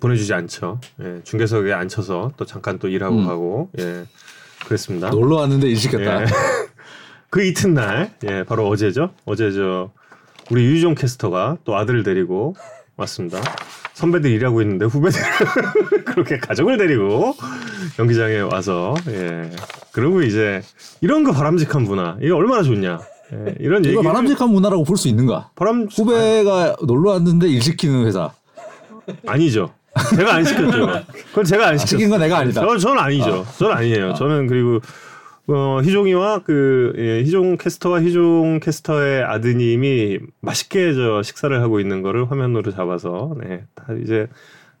보내주지 않죠. 예, 중계석에 앉혀서 또 잠깐 또 일하고 음. 가고 예, 그랬습니다. 놀러 왔는데 일시켰다. 예. 그 이튿날 예 바로 어제죠 어제 저 우리 유희종 캐스터가 또 아들을 데리고 왔습니다 선배들 일하고 있는데 후배들 *laughs* 그렇게 가족을 데리고 경기장에 와서 예 그리고 이제 이런 거 바람직한 문화 이게 얼마나 좋냐 예, 이런 얘기 이거 바람직한 문화라고 볼 수 있는가? 바람 후배가 놀러 왔는데 일 시키는 회사. 아니죠 제가 안 시켰죠 그건 제가 안 시켰어요 시킨 건 내가 아니다. 저, 저는 아니죠. 저는 아니에요. 저는 그리고 어, 희종이와 그 예, 희종 캐스터와 희종 캐스터의 아드님이 맛있게 저 식사를 하고 있는 거를 화면으로 잡아서 네, 다 이제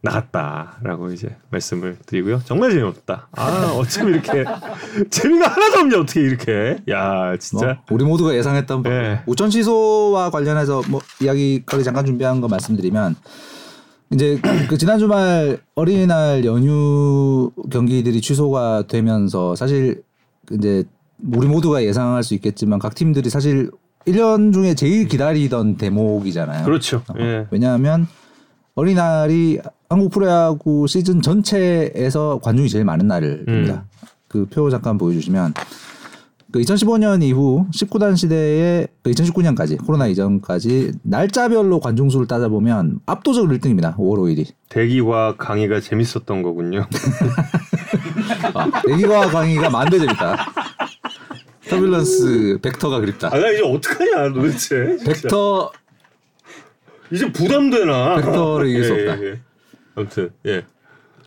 나갔다라고 이제 말씀을 드리고요. 정말 재미없다. *laughs* 아 어쩜 이렇게 재미가 하나도 없냐 어떻게 이렇게? 야 뭐, 진짜. 우리 모두가 예상했던 바 예. 우천 취소와 관련해서 뭐 이야기거리 잠깐 준비한 거 말씀드리면 이제 그 지난 주말 어린이날 연휴 경기들이 취소가 되면서 사실 이제 우리 모두가 예상할 수 있겠지만 각 팀들이 사실 1년 중에 제일 기다리던 대목이잖아요. 그렇죠. 어, 예. 왜냐하면 어린이날이 한국 프로야구 시즌 전체에서 관중이 제일 많은 날입니다. 음. 그 표 잠깐 보여주시면 그 2015년 이후 19단 시대에 그 2019년까지 코로나 이전까지 날짜별로 관중 수를 따져보면 압도적으로 1등입니다. 5월 5일이. 대기와 강의가 재밌었던 거군요. 아. 내기와 강의가 만배 재밌다. 터뷸런스 벡터가 그립다. 아나 이제 어떡하냐 도대체. 진짜. 벡터 이제 부담되나. 벡터를 이길 수 없다. 예, 예. 아무튼 예.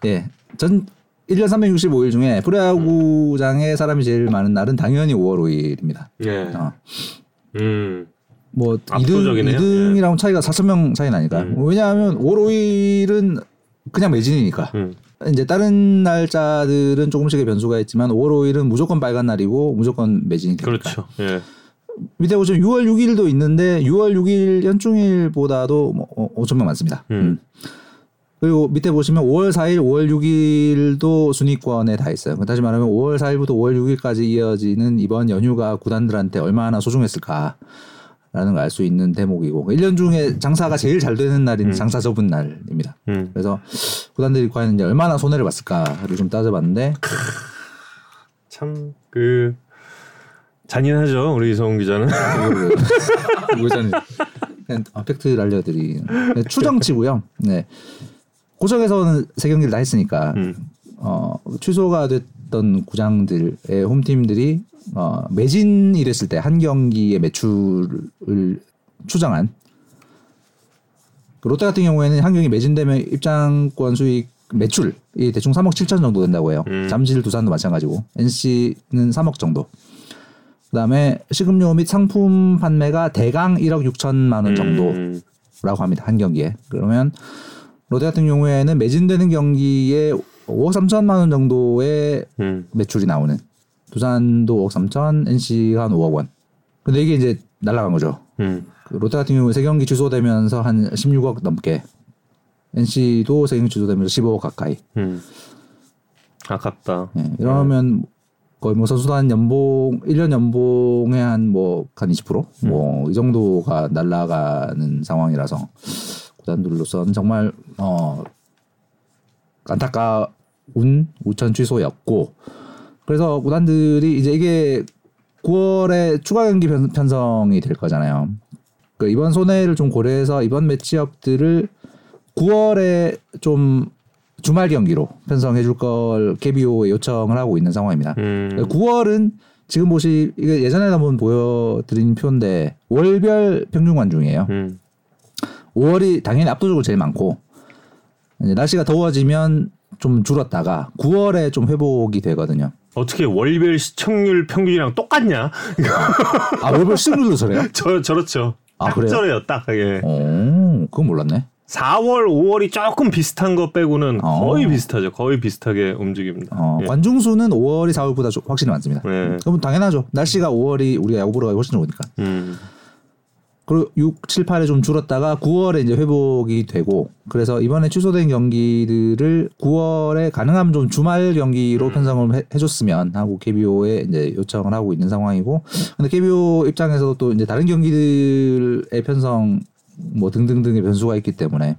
예. 전 1년 365일 중에 프로야구장에 사람이 제일 많은 날은 당연히 5월 5일입니다. 예. 어. 음. 뭐 압도적이네요. 2등, 이랑 차이가 4천 명 차이 나니까. 뭐 음. 왜냐하면 5, 5일은 그냥 매진이니까. 음. 이제 다른 날짜들은 조금씩의 변수가 있지만 5, 5일은 무조건 빨간 날이고 무조건 매진이 되니까. 그렇죠. 예. 밑에 보시면 6월 6일도 있는데 6월 6일 연중일보다도 뭐 5천 명 많습니다. 음. 그리고 밑에 보시면 5월 4일, 5월 6일도 순위권에 다 있어요. 그러니까 다시 말하면 5월 4일부터 5월 6일까지 이어지는 이번 연휴가 구단들한테 얼마나 소중했을까라는 걸 알 수 있는 대목이고 1년 중에 장사가 제일 잘 되는 날인 장사 접은 날입니다. 음. 그래서 구단들이 과연 이제 얼마나 손해를 봤을까를 좀 따져봤는데 참 그 잔인하죠. 우리 이성훈 기자는. 의사님. 뭐 그냥 아, 팩트 알려드리는 네, 추정치고요. 네. 고정에서는 세 경기를 다 했으니까 음. 어, 취소가 됐던 구장들의 홈팀들이 어, 매진 이랬을 때 한 경기의 매출을 추정한 그 롯데 같은 경우에는 한 경기 매진되면 입장권 수익 매출이 대충 3억 7천 정도 된다고 해요. 음. 잠실, 두산도 마찬가지고 NC는 3억 정도. 그다음에 식음료 및 상품 판매가 대강 1억 6천만 원 정도. 음. 라고 합니다. 한 경기에. 그러면 롯데 같은 경우에는 매진되는 경기에 5억 3천만 원 정도의 음. 매출이 나오는 두산도 5억 3천, NC가 한 5억 원. 근데 이게 이제 날라간 거죠. 음. 그 롯데 같은 경우는 세 경기 취소되면서 한 16억 넘게 NC도 세 경기 취소되면서 15억 가까이. 음. 아깝다. 예, 이러면 거의 뭐 선수단 연봉 1년 연봉의 한 뭐 한 20%? 뭐 이 정도가 날아가는 상황이라서 구단들로서는 정말 어 안타까운 우천 취소였고 그래서 구단들이 이제 이게 9월에 추가 경기 편- 편성이 될 거잖아요. 그 이번 손해를 좀 고려해서 이번 매치업들을 9월에 좀 주말 경기로 편성해 줄 걸 KBO에 요청을 하고 있는 상황입니다. 음. 9월은 지금 보시 이게 예전에 한번 보여드린 표인데 월별 평균 관중이에요. 음. 5월이 당연히 압도적으로 제일 많고 이제 날씨가 더워지면 좀 줄었다가 9월에 좀 회복이 되거든요. 어떻게 월별 시청률 평균이랑 똑같냐? *laughs* 아 월별 수익률도 저래요? 저 저렇죠. 아, 딱 그래요? 저래요. 딱 예. 오, 어, 그건 몰랐네. 4월, 5월이 조금 비슷한 거 빼고는 어. 거의 비슷하죠. 거의 비슷하게 움직입니다. 어, 예. 관중 수는 5월이 4월보다 조- 확실히 많습니다. 예. 그럼 당연하죠. 날씨가 5월이 우리가 야구 보러 가기 훨씬 좋으니까. 음. 그리고 6, 7, 8에 좀 줄었다가 9월에 이제 회복이 되고 그래서 이번에 취소된 경기들을 9월에 가능하면 좀 주말 경기로 음. 편성을 해, 줬으면 하고 KBO에 이제 요청을 하고 있는 상황이고 근데 KBO 입장에서도 또 이제 다른 경기들의 편성 뭐 등등등의 변수가 있기 때문에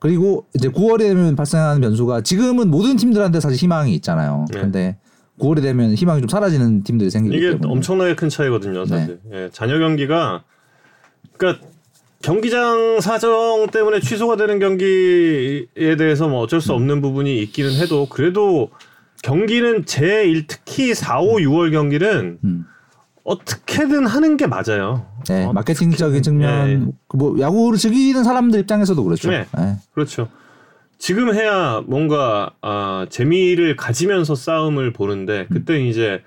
그리고 이제 9월이 되면 발생하는 변수가 지금은 모든 팀들한테 사실 희망이 있잖아요. 네. 근데 9월이 되면 희망이 좀 사라지는 팀들이 생기기 이게 때문에 엄청나게 큰 차이거든요, 사실. 예, 잔여 경기가 그러니까 경기장 사정 때문에 취소가 되는 경기에 대해서 뭐 어쩔 수 없는 부분이 있기는 해도 그래도 경기는 제일 특히 4, 5, 6월 경기는 음. 어떻게든 하는 게 맞아요. 네, 어, 마케팅적인 측면, 예, 예. 그뭐 야구를 즐기는 사람들 입장에서도 그렇죠. 네. 예. 그렇죠. 지금 해야 뭔가 아, 재미를 가지면서 싸움을 보는데 음. 그때 이제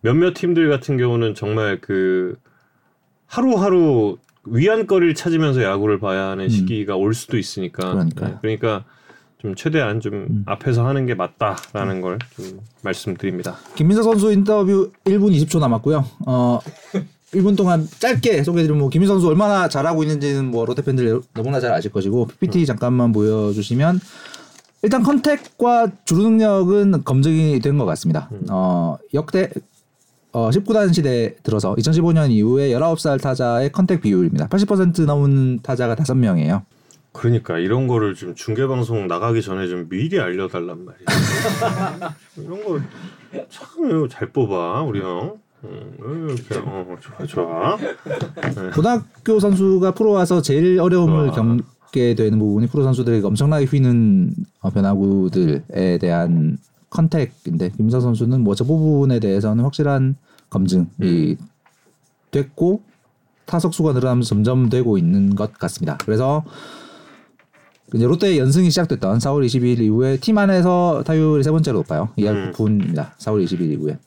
몇몇 팀들 같은 경우는 정말 그 하루하루 위안거리를 찾으면서 야구를 봐야 하는 시기가 올 수도 있으니까 음. 그러니까요. 음. 네, 그러니까 좀 최대한 좀 앞에서 하는 게 맞다라는 걸 좀 말씀드립니다. 김민석 선수 인터뷰 1분 20초 남았고요. 어, 1분 동안 짧게 소개해드리면 뭐 김민석 선수 얼마나 잘하고 있는지는 뭐 롯데 팬들 너무나 잘 아실 것이고 PPT 음. 잠깐만 보여주시면 일단 컨택과 주루 능력은 검증이 된 것 같습니다. 음. 어, 역대 어, 19단 시대 들어서 2015년 이후에 19살 타자의 컨택 비율입니다. 80% 넘은 타자가 5명이에요. 그러니까 이런 거를 좀 중계 방송 나가기 전에 좀 미리 알려달란 말이야. *laughs* 이런 걸참잘 뽑아 우리 형. 음, 이렇게 어, 좋아 좋아. 고등학교 선수가 프로 와서 제일 어려움을 와. 겪게 되는 부분이 프로 선수들에게 엄청나게 휘는 어, 변화구들에 대한 컨택인데 김민석 선수는 뭐 저 부분에 대해서는 확실한 검증이 됐고 타석 수가 늘어나면서 점점 되고 있는 것 같습니다. 그래서 이제 롯데의 연승이 시작됐던 4월 22일 이후에 팀 안에서 타율이 세 번째로 높아요. 음. 2할 9푼입니다. 4월 22일 이후에.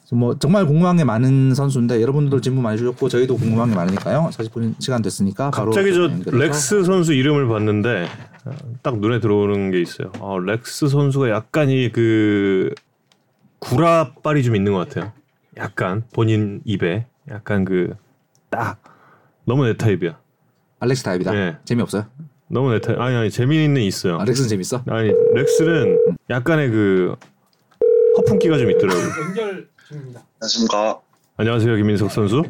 그래서 뭐 정말 궁금한 게 많은 선수인데 여러분들도 질문 많이 주셨고 저희도 궁금한 게 많으니까요. 40분 시간 됐으니까 바로 갑자기 저 연결해서. 렉스 선수 이름을 봤는데 어, 딱 눈에 들어오는 게 있어요. 어, 렉스 선수가 약간 이 그 구라빨이 좀 있는 것 같아요. 약간 본인 입에 약간 그 딱 너무 내 타입이야. 알렉스 타입이다. 예. 재미없어요? 너무 내 타입. 아니 아니 재미는 있어요. 알렉스는 재밌어? 아니 렉스는 약간의 그 허풍기가 좀 있더라고요. 연결 중입니다. 안녕하십니까. 안녕하세요 김민석 선수.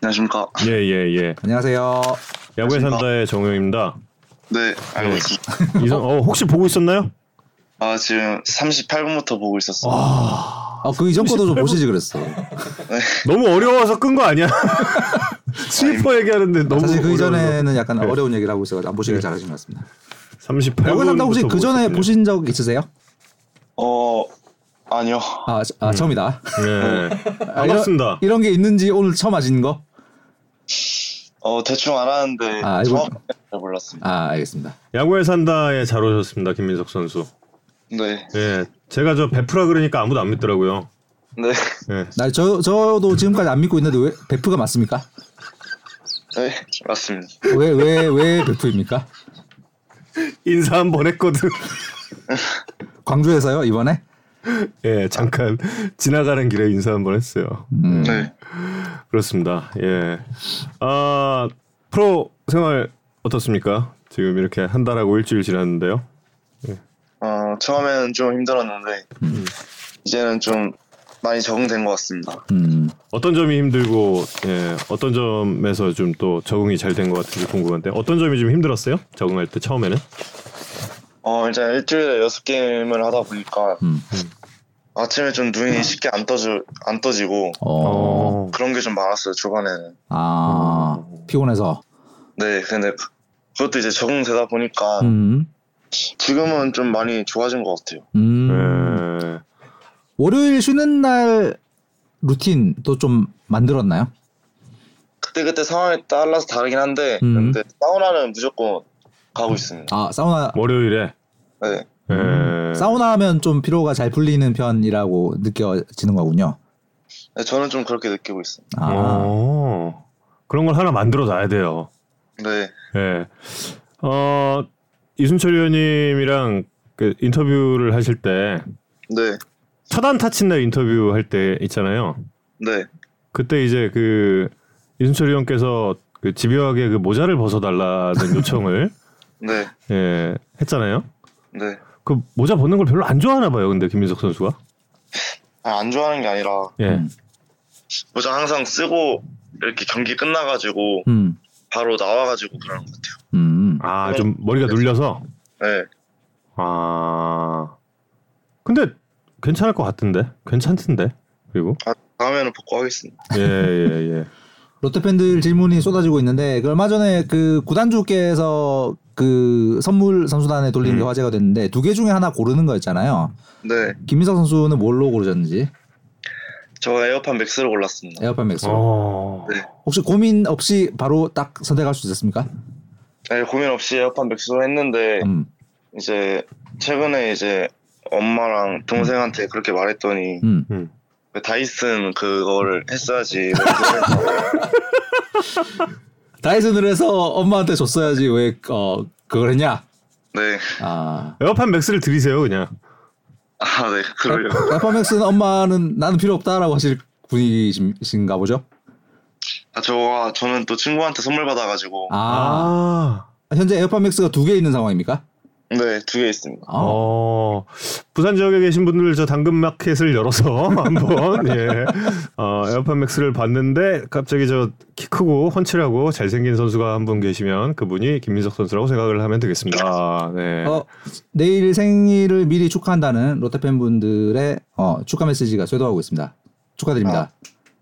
안녕하십니까. 예예 예, 안녕하세요. 야구의 안녕하십니까. 산다의 정우영입니다. 네, 알고 네. 있습니다. 이선 어 혹시 보고 있었나요? 아, 지금 38분부터 보고 있었어요. 아, 그 이전 거도 좀 보시지 그랬어. 너무 어려워서 끈 거 아니야? *laughs* 슬리퍼 얘기하는데 너무 사실 그 이전에는 약간 네. 어려운 얘기를 하고 있어서 안 보시길 잘하신 것 같습니다. 38분 야구 상담 혹시 그 전에 보신 적 있으세요? 어, 아니요. 아, 저- 아 처음이다. 아, 네. 어. 반갑습니다. 이런 게 있는지 오늘 처음 아시는 거? 어, 대충 알았는데 아, 이거- 정확하게 잘 몰랐습니다. 아, 알겠습니다. 야구의 산다에 잘 오셨습니다 김민석 선수. 네, 예 제가 저 베프라 그러니까 아무도 안 믿더라고요. 네, 예. 나 저, 저도 지금까지 안 믿고 있는데 왜 베프가 맞습니까? 네, 맞습니다. 왜, 왜, 왜 베프입니까? 인사 한 번 했거든. *laughs* 광주에서요, 이번에? 예 잠깐 지나가는 길에 인사 한 번 했어요. 음. 네, 그렇습니다. 예. 아 프로 생활 어떻습니까? 지금 이렇게 한 달하고 일주일 지났는데요. 어, 처음에는 좀 힘들었는데 음. 이제는 좀 많이 적응된 것 같습니다. 음. 어떤 점이 힘들고 예, 어떤 점에서 좀 또 적응이 잘 된 것 같은지 궁금한데 어떤 점이 좀 힘들었어요? 적응할 때 처음에는 어 일단 일주일에 여섯 게임을 하다 보니까 음. 아침에 좀 눈이 쉽게 안 떠지 안 떠지고 어. 어. 그런 게 좀 많았어요 초반에는. 아 피곤해서. 네, 근데 그- 그것도 이제 적응되다 보니까 음. 지금은 좀 많이 좋아진 것 같아요. 음. 예. 월요일 쉬는 날 루틴도 좀 만들었나요? 그때 그때 상황에 따라서 다르긴 한데 음. 근데 사우나는 무조건 가고 있습니다. 아 사우나 월요일에 네, 예. 사우나 하면 좀 피로가 잘 풀리는 편이라고 느껴지는 거군요. 네, 저는 좀 그렇게 느끼고 있어요. 아. 어. 그런 걸 하나 만들어 놔야 돼요. 네, 예. 어, 이순철 의원님이랑 그 인터뷰를 하실 때 네, 차단 타친 날 인터뷰 할 때 있잖아요. 네, 그때 이제 그 이순철 의원께서 그 집요하게 그 모자를 벗어달라는 요청을 네, 예, 했잖아요. 네. 그 모자 벗는 걸 별로 안 좋아하나 봐요. 근데 김민석 선수가 아, 안 좋아하는 게 아니라 예. 음. 모자 항상 쓰고 이렇게 경기 끝나가지고 음. 바로 나와가지고 그러는 것 같아요. 음. 아 좀 머리가 눌려서 네, 아 근데 괜찮을 것 같은데 괜찮던데 그리고 아, 다음에는 복구하겠습니다. 예예예 롯데 팬들 질문이 쏟아지고 있는데 그 얼마 전에 그 구단주께서 그 선물 선수단에 음. 돌린 게 화제가 됐는데 두 개 중에 하나 고르는 거였잖아요. 네, 김민석 선수는 뭘로 고르셨는지 저 에어팟 맥스를 골랐습니다. 에어팟 맥스. 어. 혹시 고민 없이 바로 딱 선택할 수 있었습니까? 네, 고민 없이 에어팟 맥스로 했는데 음, 이제 최근에 이제 엄마랑 동생한테 그렇게 말했더니 음. 음. 그 다이슨 그거를 했어야지 뭐 그걸 다이슨을 해서 엄마한테 줬어야지 왜 어, 그걸 했냐? 네. 아. 에어팟 맥스를 드리세요 그냥 아, 네. 그러려고. 에어팟 맥스는 엄마는 나는 필요 없다라고 하실 분이신가 보죠? 아, 저, 저는 또 친구한테 선물 받아가지고. 아. 현재 에어팟 맥스가 두 개 있는 상황입니까? 네, 두 개 있습니다. 아. 어. 부산 지역에 계신 분들 저 당근 마켓을 열어서 *laughs* 한번 예. 어, 에어팟 맥스를 봤는데 갑자기 저 키 크고 헌칠하고 잘생긴 선수가 한 분 계시면 그분이 김민석 선수라고 생각을 하면 되겠습니다. 네. 어, 내일 생일을 미리 축하한다는 롯데 팬분들의 어, 축하 메시지가 쇄도하고 있습니다. 축하드립니다.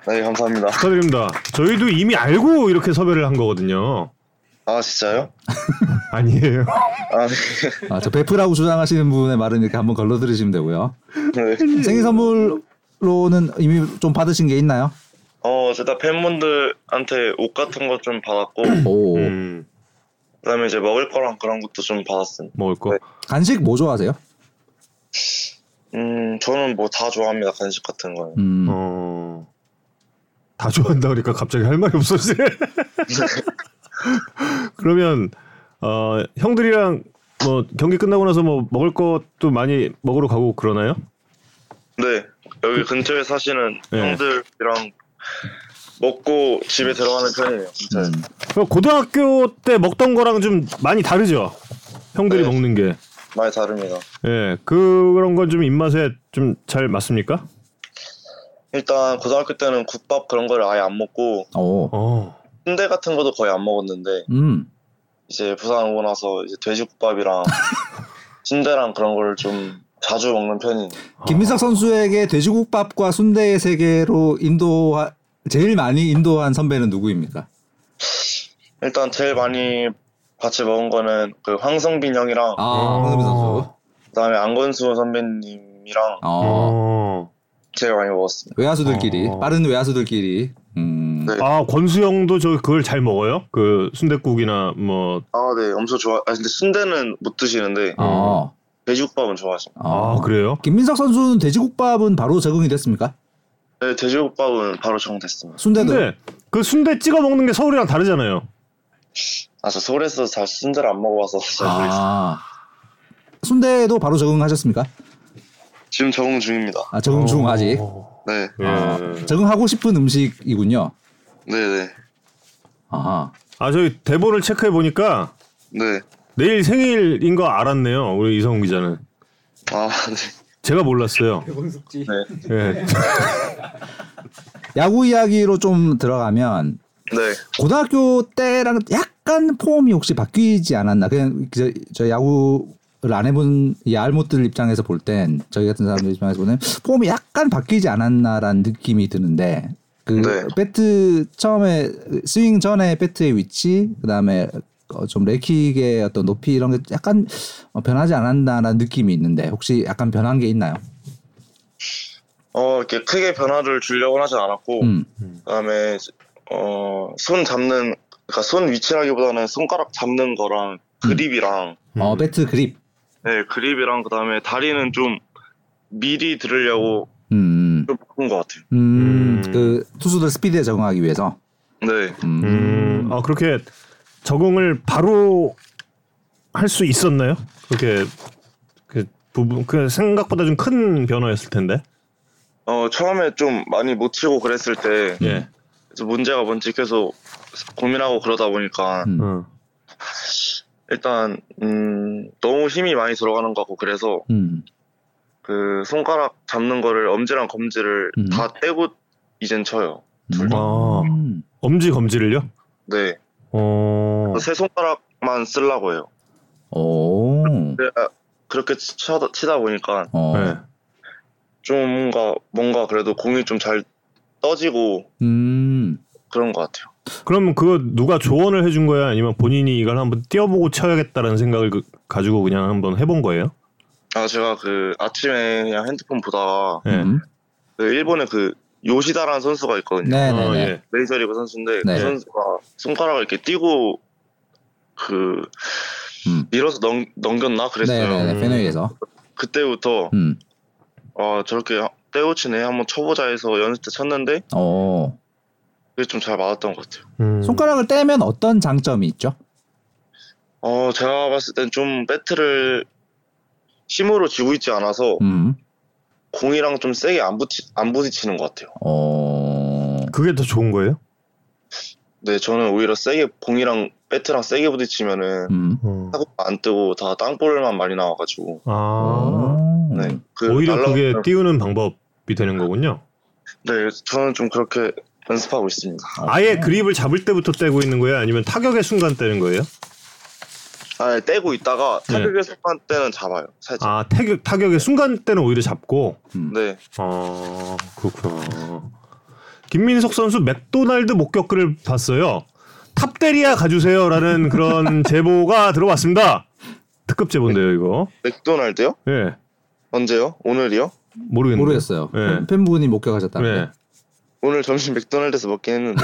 네, 감사합니다. 축하드립니다. 저희도 이미 알고 이렇게 섭외를 한 거거든요. 아, 진짜요? 아니에요. 아, 아, 저 베프라고 주장하시는 분의 말은 이렇게 한번 걸러 들으시면 되고요. *laughs* 네. 생일 선물로는 이미 좀 받으신 게 있나요? 어, 제가 팬분들한테 옷 같은 거 좀 받았고, 오, 음, 그 다음에 이제 먹을 거랑 그런 것도 좀 받았습니다. 먹을 거. 간식 뭐 좋아하세요? 음, 저는 뭐 다 좋아합니다. 간식 같은 거는. 음, 어. 다 좋아한다 그러니까 갑자기 할 말이 없어지네. *laughs* 그러면 어, 형들이랑 뭐 경기 끝나고 나서 뭐 먹을 것도 많이 먹으러 가고 그러나요? 네, 여기 근처에 사시는 네. 형들이랑 먹고 집에 들어가는 편이에요. 진짜. 음. 그럼 고등학교 때 먹던 거랑 좀 많이 다르죠. 형들이 네. 먹는 게. 많이 다릅니다. 예, 그런 건 좀 입맛에 좀 잘 맞습니까? 일단 고등학교 때는 국밥 그런 걸 아예 안 먹고 오, 어. 순대 같은 것도 거의 안 먹었는데 음, 이제 부산 오고 나서 이제 *laughs* 돼지국밥이랑 순대랑 그런 걸 좀 자주 먹는 편이에요. 김민석 선수에게 돼지국밥과 순대의 세계로 인도 제일 많이 인도한 선배는 누구입니까? 일단 제일 많이 같이 먹은 거는 그 황성빈 형이랑 아, 어. 황선민 선수. 그다음에 안건수 선배님이랑 어, 어. 제일 많이 먹었습니다. 외야수들끼리 어. 빠른 외야수들끼리. 음, 네. 아, 권수 형도 저 그걸 잘 먹어요? 그순댓국이나뭐 아, 네, 엄청 좋아. 아, 근데 순대는 못 드시는데 어. 돼지국밥은 좋아하시네. 아, 그래요? 김민석 선수는 돼지국밥은 바로 적응이 됐습니까? 네, 돼지국밥은 바로 정됐습니다. 순대도 근데 그 순대 찍어 먹는 게 서울이랑 다르잖아요. 아, 저 서울에서 잘 순대를 안 먹어봐서 잘 모르겠어요. 아 순대도 바로 적응하셨습니까? 지금 적응 중입니다. 아 적응 중 아직 어. 네, 예. 아, 적응하고 싶은 음식이군요. 네, 네, 아 아, 저희 대본을 체크해 보니까 네. 내일 생일인 거 알았네요. 우리 이성훈 기자는. 아, 네. 제가 *laughs* 몰랐어요. 원숙지. 예. 야구 이야기로 좀 들어가면 네. 고등학교 때랑 약간 폼이 혹시 바뀌지 않았나? 그냥 저, 저 야구 안 해본 이 알못들 입장에서 볼 땐 저희 같은 사람들 입장에서 보면 폼이 약간 바뀌지 않았나라는 느낌이 드는데 그 네. 배트 처음에 스윙 전에 배트의 위치 그다음에 어, 좀 레킥의 어떤 높이 이런 게 약간 어, 변하지 않았나라는 느낌이 있는데 혹시 약간 변한 게 있나요? 어 이렇게 크게 변화를 주려고는 하진 않았고 음. 그다음에 어손 잡는 그러니까 손 위치라기보다는 손가락 잡는 음. 거랑 그립이랑 어 배트 그립. 네 그립이랑 그다음에 다리는 좀 미리 들으려고 음. 좀 바꾼 것 같아요. 음. 음. 그 투수들 스피드에 적응하기 위해서. 네. 음. 음, 아 그렇게 적응을 바로 할 수 있었나요? 그렇게 그 부분 그 생각보다 좀 큰 변화였을 텐데. 어 처음에 좀 많이 못 치고 그랬을 때 예. 그래서 문제가 뭔지 계속 고민하고 그러다 보니까 음. 어. 일단 음 너무 힘이 많이 들어가는 것 같고 그래서 음. 그 손가락 잡는 거를 엄지랑 검지를 음. 다 떼고 이젠 쳐요. 둘 다. 아, 음. 엄지 검지를요? 네. 어. 세 손가락만 쓰려고 해요. 오. 그래- 아, 그렇게 치- 쳐다- 치다 보니까 어. 네. 좀 뭔가 뭔가 그래도 공이 좀 잘 떠지고 음. 그런 것 같아요. 그럼 그거 누가 조언을 해준 거야? 아니면 본인이 이걸 한번 띄워보고 쳐야겠다라는 생각을 그- 가지고 그냥 한번 해본 거예요? 아 제가 그 아침에 그냥 핸드폰 보다가 예. 음. 그 일본에 그 요시다라는 선수가 있거든요. 네, 어, 네, 네. 예. 메이저리그 선수인데 네. 그 선수가 손가락을 이렇게 띄고 그 음. 밀어서 넘, 넘겼나 그랬어요. 네네네 음. 페노이에서 그때부터 음. 아 저렇게 떼우치네 한번 쳐보자 해서 연습 때 쳤는데 어. 그게 좀 잘 맞았던 것 같아요. 음. 손가락을 떼면 어떤 장점이 있죠? 어 제가 봤을 땐 좀 배트를 힘으로 쥐고 있지 않아서 음. 공이랑 좀 세게 안 부치 안 부딪히는 것 같아요. 어. 그게 더 좋은 거예요? 네 저는 오히려 세게 공이랑 배트랑 세게 부딪히면은 음. 어. 타구가 안 뜨고 다 땅볼만 많이 나와가지고 아. 오. 네, 어. 그 오히려 날라- 그게 띄우는 방법이 되는 거군요. 네 저는 좀 그렇게 연습하고 있습니다. 아예 그립을 잡을 때부터 떼고 있는 거예요? 아니면 타격의 순간 떼는 거예요? 아 네, 떼고 있다가 네. 타격의 순간 때는 잡아요. 살짝. 아 타격 타격의 순간 때는 오히려 잡고. 네. 아 그렇구나. 김민석 선수 맥도날드 목격글을 봤어요. 탑데리아 가주세요라는 *laughs* 그런 제보가 들어왔습니다. 특급 제보인데요, 이거. 맥도날드요? 예, 언제요? 오늘이요? 모르겠네요. 모르겠어요. 네. 예. 팬분이 예. 목격하셨다는데. 오늘 점심 맥도날드에서 먹긴 했는데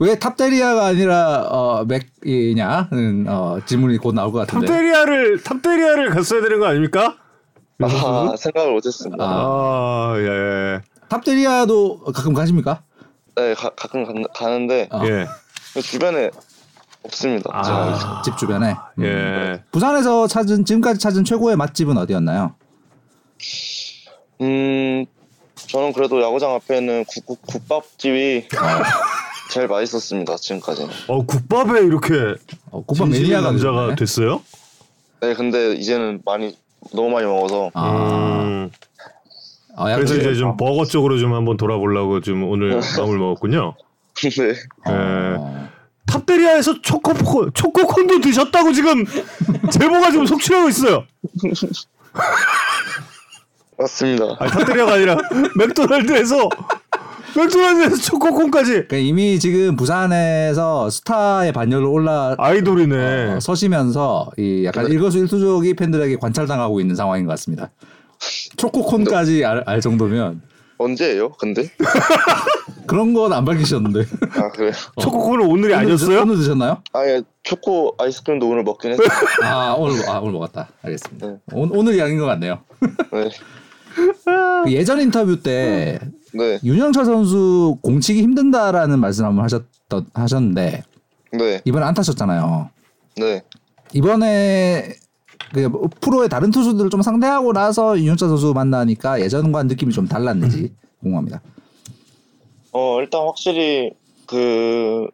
왜 탑데리아가 아니라 어, 맥이냐는 어, 질문이 곧 나올 것 같은데. 탑데리아를 탑데리아를 갔어야 되는 거 아닙니까? 아, 생각을 못했습니다. 아. 아, 예. 탑데리아도 가끔 가십니까? 네 가, 가끔 가, 는데 아. 예. 주변에 없습니다. 아. 제가 집 주변에. 음. 예. 부산에서 찾은 지금까지 찾은 최고의 맛집은 어디였나요? 음 저는 그래도 야구장 앞에 있는 국, 국, 국밥집이 제일 맛있었습니다 지금까지는. 어, 국밥에 이렇게 어, 국밥 진심의 매니아가 남자가 되셨네. 됐어요? 네 근데 이제는 많이 너무 많이 먹어서 아, 음. 아, 약간 그래서 이제 좀 좀- 버거 쪽으로 좀 한번 돌아보려고 좀 *laughs* 오늘 마음을 먹었군요. *laughs* 네. 어. 예. 탑데리아에서 초코콘 초코콘도 드셨다고 지금 제보가 지금 속출하고 있어요. 맞습니다. 아니 탑데리아가 아니라 맥도날드에서 맥도날드에서 초코콘까지 그러니까 이미 지금 부산에서 스타의 반열로 올라 아이돌이네. 네. 어, 서시면서 이 약간 일거수일투족이 팬들에게 관찰당하고 있는 상황인 것 같습니다. 초코콘까지 알, 알 정도면 언제예요? 근데 그런 건 안 밝히셨는데 아 그래. 초코콘은 오늘이 오늘 드- 네, 아니었어요? 오늘 드셨나요? 아예 초코 아이스크림도 오늘 먹긴 했어요. 아 오늘 아 오늘 먹었다. 알겠습니다. 네. 오, 오늘 양인 것 같네요. 네. 그 예전 인터뷰 때 네. 윤영철 선수 공치기 힘든다라는 말씀 한번 하셨던 하셨는데 네. 이번에 안 타셨잖아요. 네. 이번에 그 프로의 다른 투수들을 좀 상대하고 나서 윤영철 선수 만나니까 예전과 느낌이 좀 음. 달랐는지 궁금합니다. 어 일단 확실히 그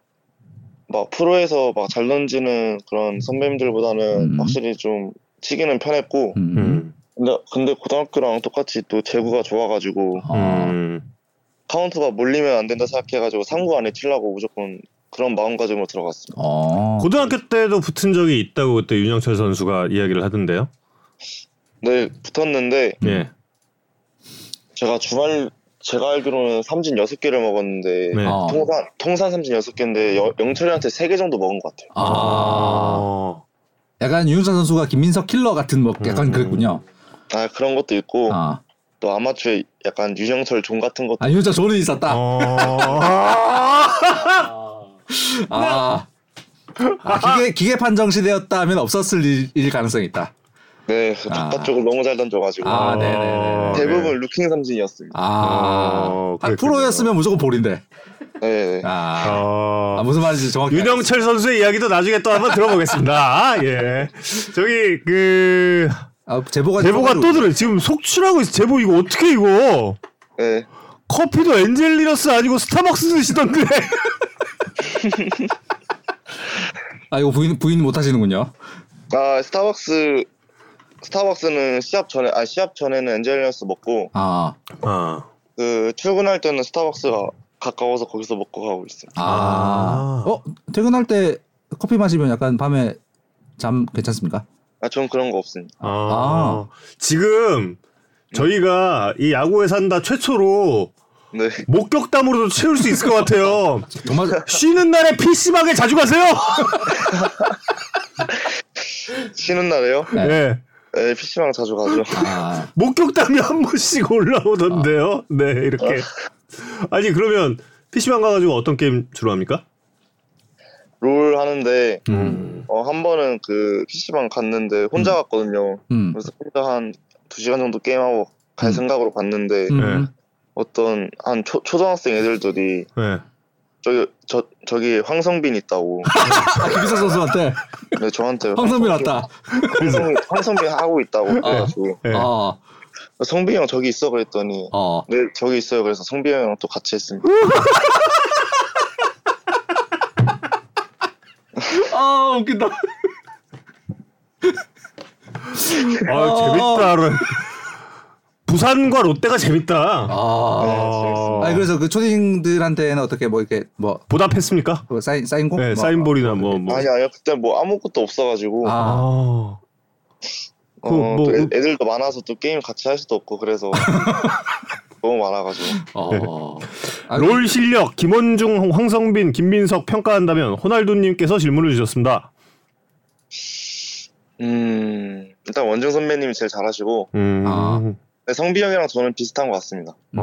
막 프로에서 막 잘 던지는 그런 선배님들보다는 음. 확실히 좀 치기는 편했고 음. 음. 근데, 근데 고등학교랑 똑같이 또 제구가 좋아가지고 어. 음. 카운트가 몰리면 안 된다 생각해가지고 3구 안에 치려고 무조건 그런 마음가짐으로 들어갔습니다. 어. 고등학교 때도 붙은 적이 있다고 그때 윤영철 선수가 이야기를 하던데요. 네 붙었는데 음. 예. 제가 주말 제가 알기로는 삼진 6개를 먹었는데 네. 어. 통산 통산 삼진 6개인데 여- 영철이한테 3개 정도 먹은 것 같아요. 아. 어. 약간 윤선 선수가 김민석 킬러 같은 뭐 음. 약간 어. 그랬군요. 아 그런 것도 있고 아. 또 아마추어 약간 유정철 종 같은 것도 아 윤선 존은 있었다. 어. 아. 아, 기계 기계 판정 시대였다면 없었을 일, 일 가능성이 있다. 네 아. 바깥쪽을 너무 잘 던져가지고 아, 네네네. 대부분 루킹 삼진이었습니다. 아, 어, 아 그랬군요. 프로였으면 무조건 볼인데. 네, 네. 아, 어. 아, 무슨 말인지 정확히. 윤영철 선수의 이야기도 나중에 또 한번 들어보겠습니다. 예. 저기 그 아, 제보가 제보가 또 들어. 지금 속출하고 있어. 제보 이거 어떻게 이거? 네. 커피도 엔젤리너스 아니고 스타벅스 드시던데. 아 이거 부인 부인 못 하시는군요. 아 스타벅스 스타벅스는 시합 전에 아 시합 전에는 엔젤리너스 먹고 아, *laughs* 아. 그 출근할 때는 스타벅스가 가까워서 거기서 먹고 가고 있어요. 아, 아. 어 퇴근할 때 커피 마시면 약간 밤에 잠 괜찮습니까? 아, 전 그런 거 없습니다. 아. 지금 저희가 이 야구에 산다 최초로 네. *laughs* 목격담으로도 채울 수 있을 것 *laughs* 같아요. 정말 쉬는 날에 PC방에 자주 가세요. 쉬는 날에요? 예. 네. 네, PC방 자주 가죠. *laughs* 아, 목격담이 한 번씩 올라오던데요. 네, 이렇게. 아니, 그러면 PC방 가가지고 어떤 게임 주로 합니까? 롤 하는데 음. 어, 한 번은 그 PC방 갔는데 혼자 갔거든요. 음, 그래서 혼자 한 2시간 정도 게임하고 갈 음. 생각으로 봤는데 음, 어떤 한 초, 초등학생 애들들이 네. 저기 저 저기 황성빈 있다고 아, 김비서 선수한테 근데 저한테 *laughs* 황선민 왔다. 황성빈, 황성빈 하고 있다고 그래가지고 네. 어, 성빈이 형 저기 있어 그랬더니 어, 음. 네 저기 있어요 그래서 성빈이 형이랑 또 같이 했습니다 아 웃긴다. 아, 재밌다. 를 부산과 롯데가 재밌다. 아, 아, 아니 그래서 그 초딩들한테는 어떻게 뭐 이렇게 뭐 보답했습니까? 그 사인 사인공? 네, 뭐, 사인볼이나 뭐, 뭐. 아니 아니 그때 뭐 아무것도 없어가지고 아. 아. 어, 그 뭐- 또 애, 애들도 많아서 또 게임 같이 할 수도 없고 *laughs* 그래서 너무 많아가지고 어. 아, 네. 롤 실력 김원중, 황성빈, 김민석 평가한다면 호날두님께서 질문을 주셨습니다. 음 일단 원중 선배님이 제일 잘하시고 음. 아. 네, 성빈 형이랑 저는 비슷한 것 같습니다 아.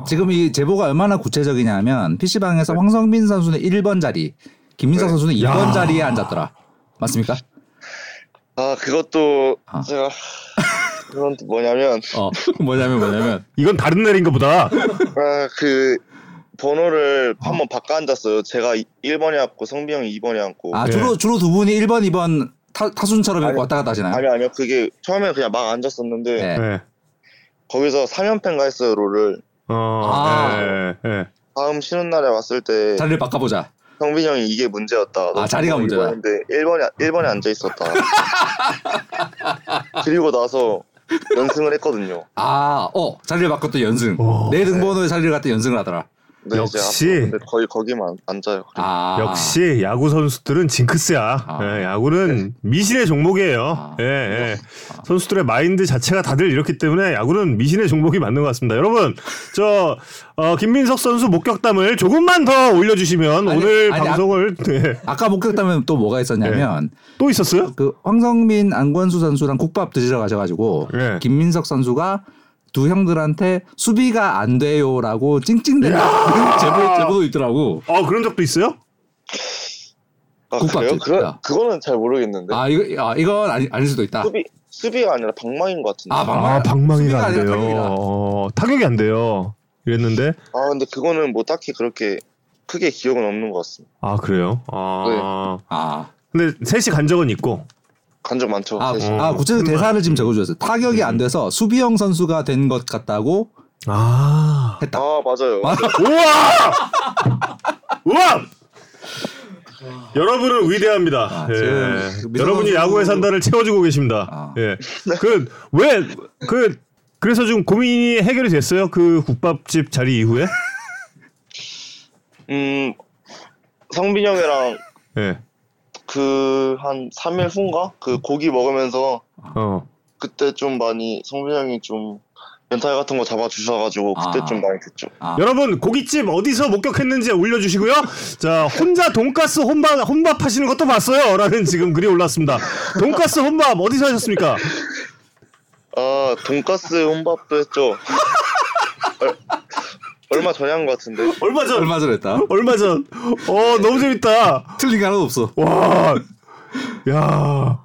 음. 지금 이 제보가 얼마나 구체적이냐면 PC방에서 황성빈 선수는 1번 자리, 김민석 네. 선수는 야. 2번 자리에 앉았더라. 맞습니까? 아 그것도 아. 제가 그건 또 뭐냐면 *laughs* 어. 뭐냐면 뭐냐면 이건 다른 날인가 보다. 아, 그 번호를 어. 한번 바꿔 앉았어요. 제가 1번에 앉고 성비 형이 2번에 앉고. 아 네. 주로 주로 두 분이 1번, 2번 타, 타순처럼 아니, 왔다 갔다 하시나요? 아니요, 아니요. 그게 처음에 그냥 막 앉았었는데 네. 네. 거기서 3연패인가 했어요, 롤을. 어, 아. 예, 예, 예. 다음 쉬는 날에 왔을 때 자리를 바꿔보자. 성빈 형이 이게 문제였다. 아, 자리가 문제다. 근데 1번에 1번에 앉아 *laughs* 있었다. 그리고 나서 연승을 했거든요. 아, 어 자리를 바꿨던 연승. 오. 내 등번호의 자리를 갖다 연승을 하더라. 근데 이제 역시. 앞으로 거의 거기만 앉아요. 아 역시 야구 선수들은 징크스야. 아. 예, 야구는 미신의 종목이에요. 아. 예, 예. 선수들의 마인드 자체가 다들 이렇기 때문에 야구는 미신의 종목이 맞는 것 같습니다. 여러분, 저 어, 김민석 선수 목격담을 조금만 더 올려주시면 아니, 오늘 아니, 방송을 네. 아까 목격담에 또 뭐가 있었냐면 또 있었어요? 그 황성민 안권수 선수랑 국밥 드시러 가셔가지고 예. 김민석 선수가 두 형들한테 수비가 안 돼요라고 찡찡대는 제보 제보도 있더라고. 어 그런 적도 있어요? 아, 국밥 그래요? 집. 그거 야. 그거는 잘 모르겠는데. 아 이거 아 이건 아니, 아닐 수도 있다. 네. 수비 수비가 아니라 방망인 것 같은데. 아, 방- 아 수비가 방망이가 안 아니라 돼요. 타격이다. 어, 타격이 안 돼요. 이랬는데 아 근데 그거는 뭐 딱히 그렇게 크게 기억은 없는 것 같습니다. 아 그래요. 아 아, 근데 셋이 간 적은 있고. 간 적 많죠. 아, 사실. 아 구체적 대사를 지금 적어주셨어요. 타격이 안 돼서 수비형 선수가 된 것 같다고 아 아, 맞아요. 우와! 우와! 여러분을 위대합니다. 아, 지금 예. 그 미성년자 여러분이 야구의 선수- 산다를 채워주고 계십니다. 아. 예. 그왜그 그래서 좀 고민이 해결이 됐어요. 그 국밥집 자리 이후에. 음 성빈 형이랑 예. 그 한 3일 후인가 그 고기 먹으면서 어. 그때 좀 많이 성빈 형이 좀 멘탈 같은 거 잡아주셔가지고 그때 아. 좀 많이 됐죠. 여러분 고깃집 어디서 목격했는지 올려주시고요. 자 혼자 돈가스 혼밥 혼밥 하시는 것도 봤어요.라는 지금 글이 올랐습니다. 돈가스 혼밥 어디서 하셨습니까? 아 돈가스 혼밥도 했죠. 얼- 얼마 전에 한 것 같은데. 얼마 전 얼마 전에 했다. 얼마 전. 어 너무 재밌다. 틀린 게 하나도 없어. 와. 야.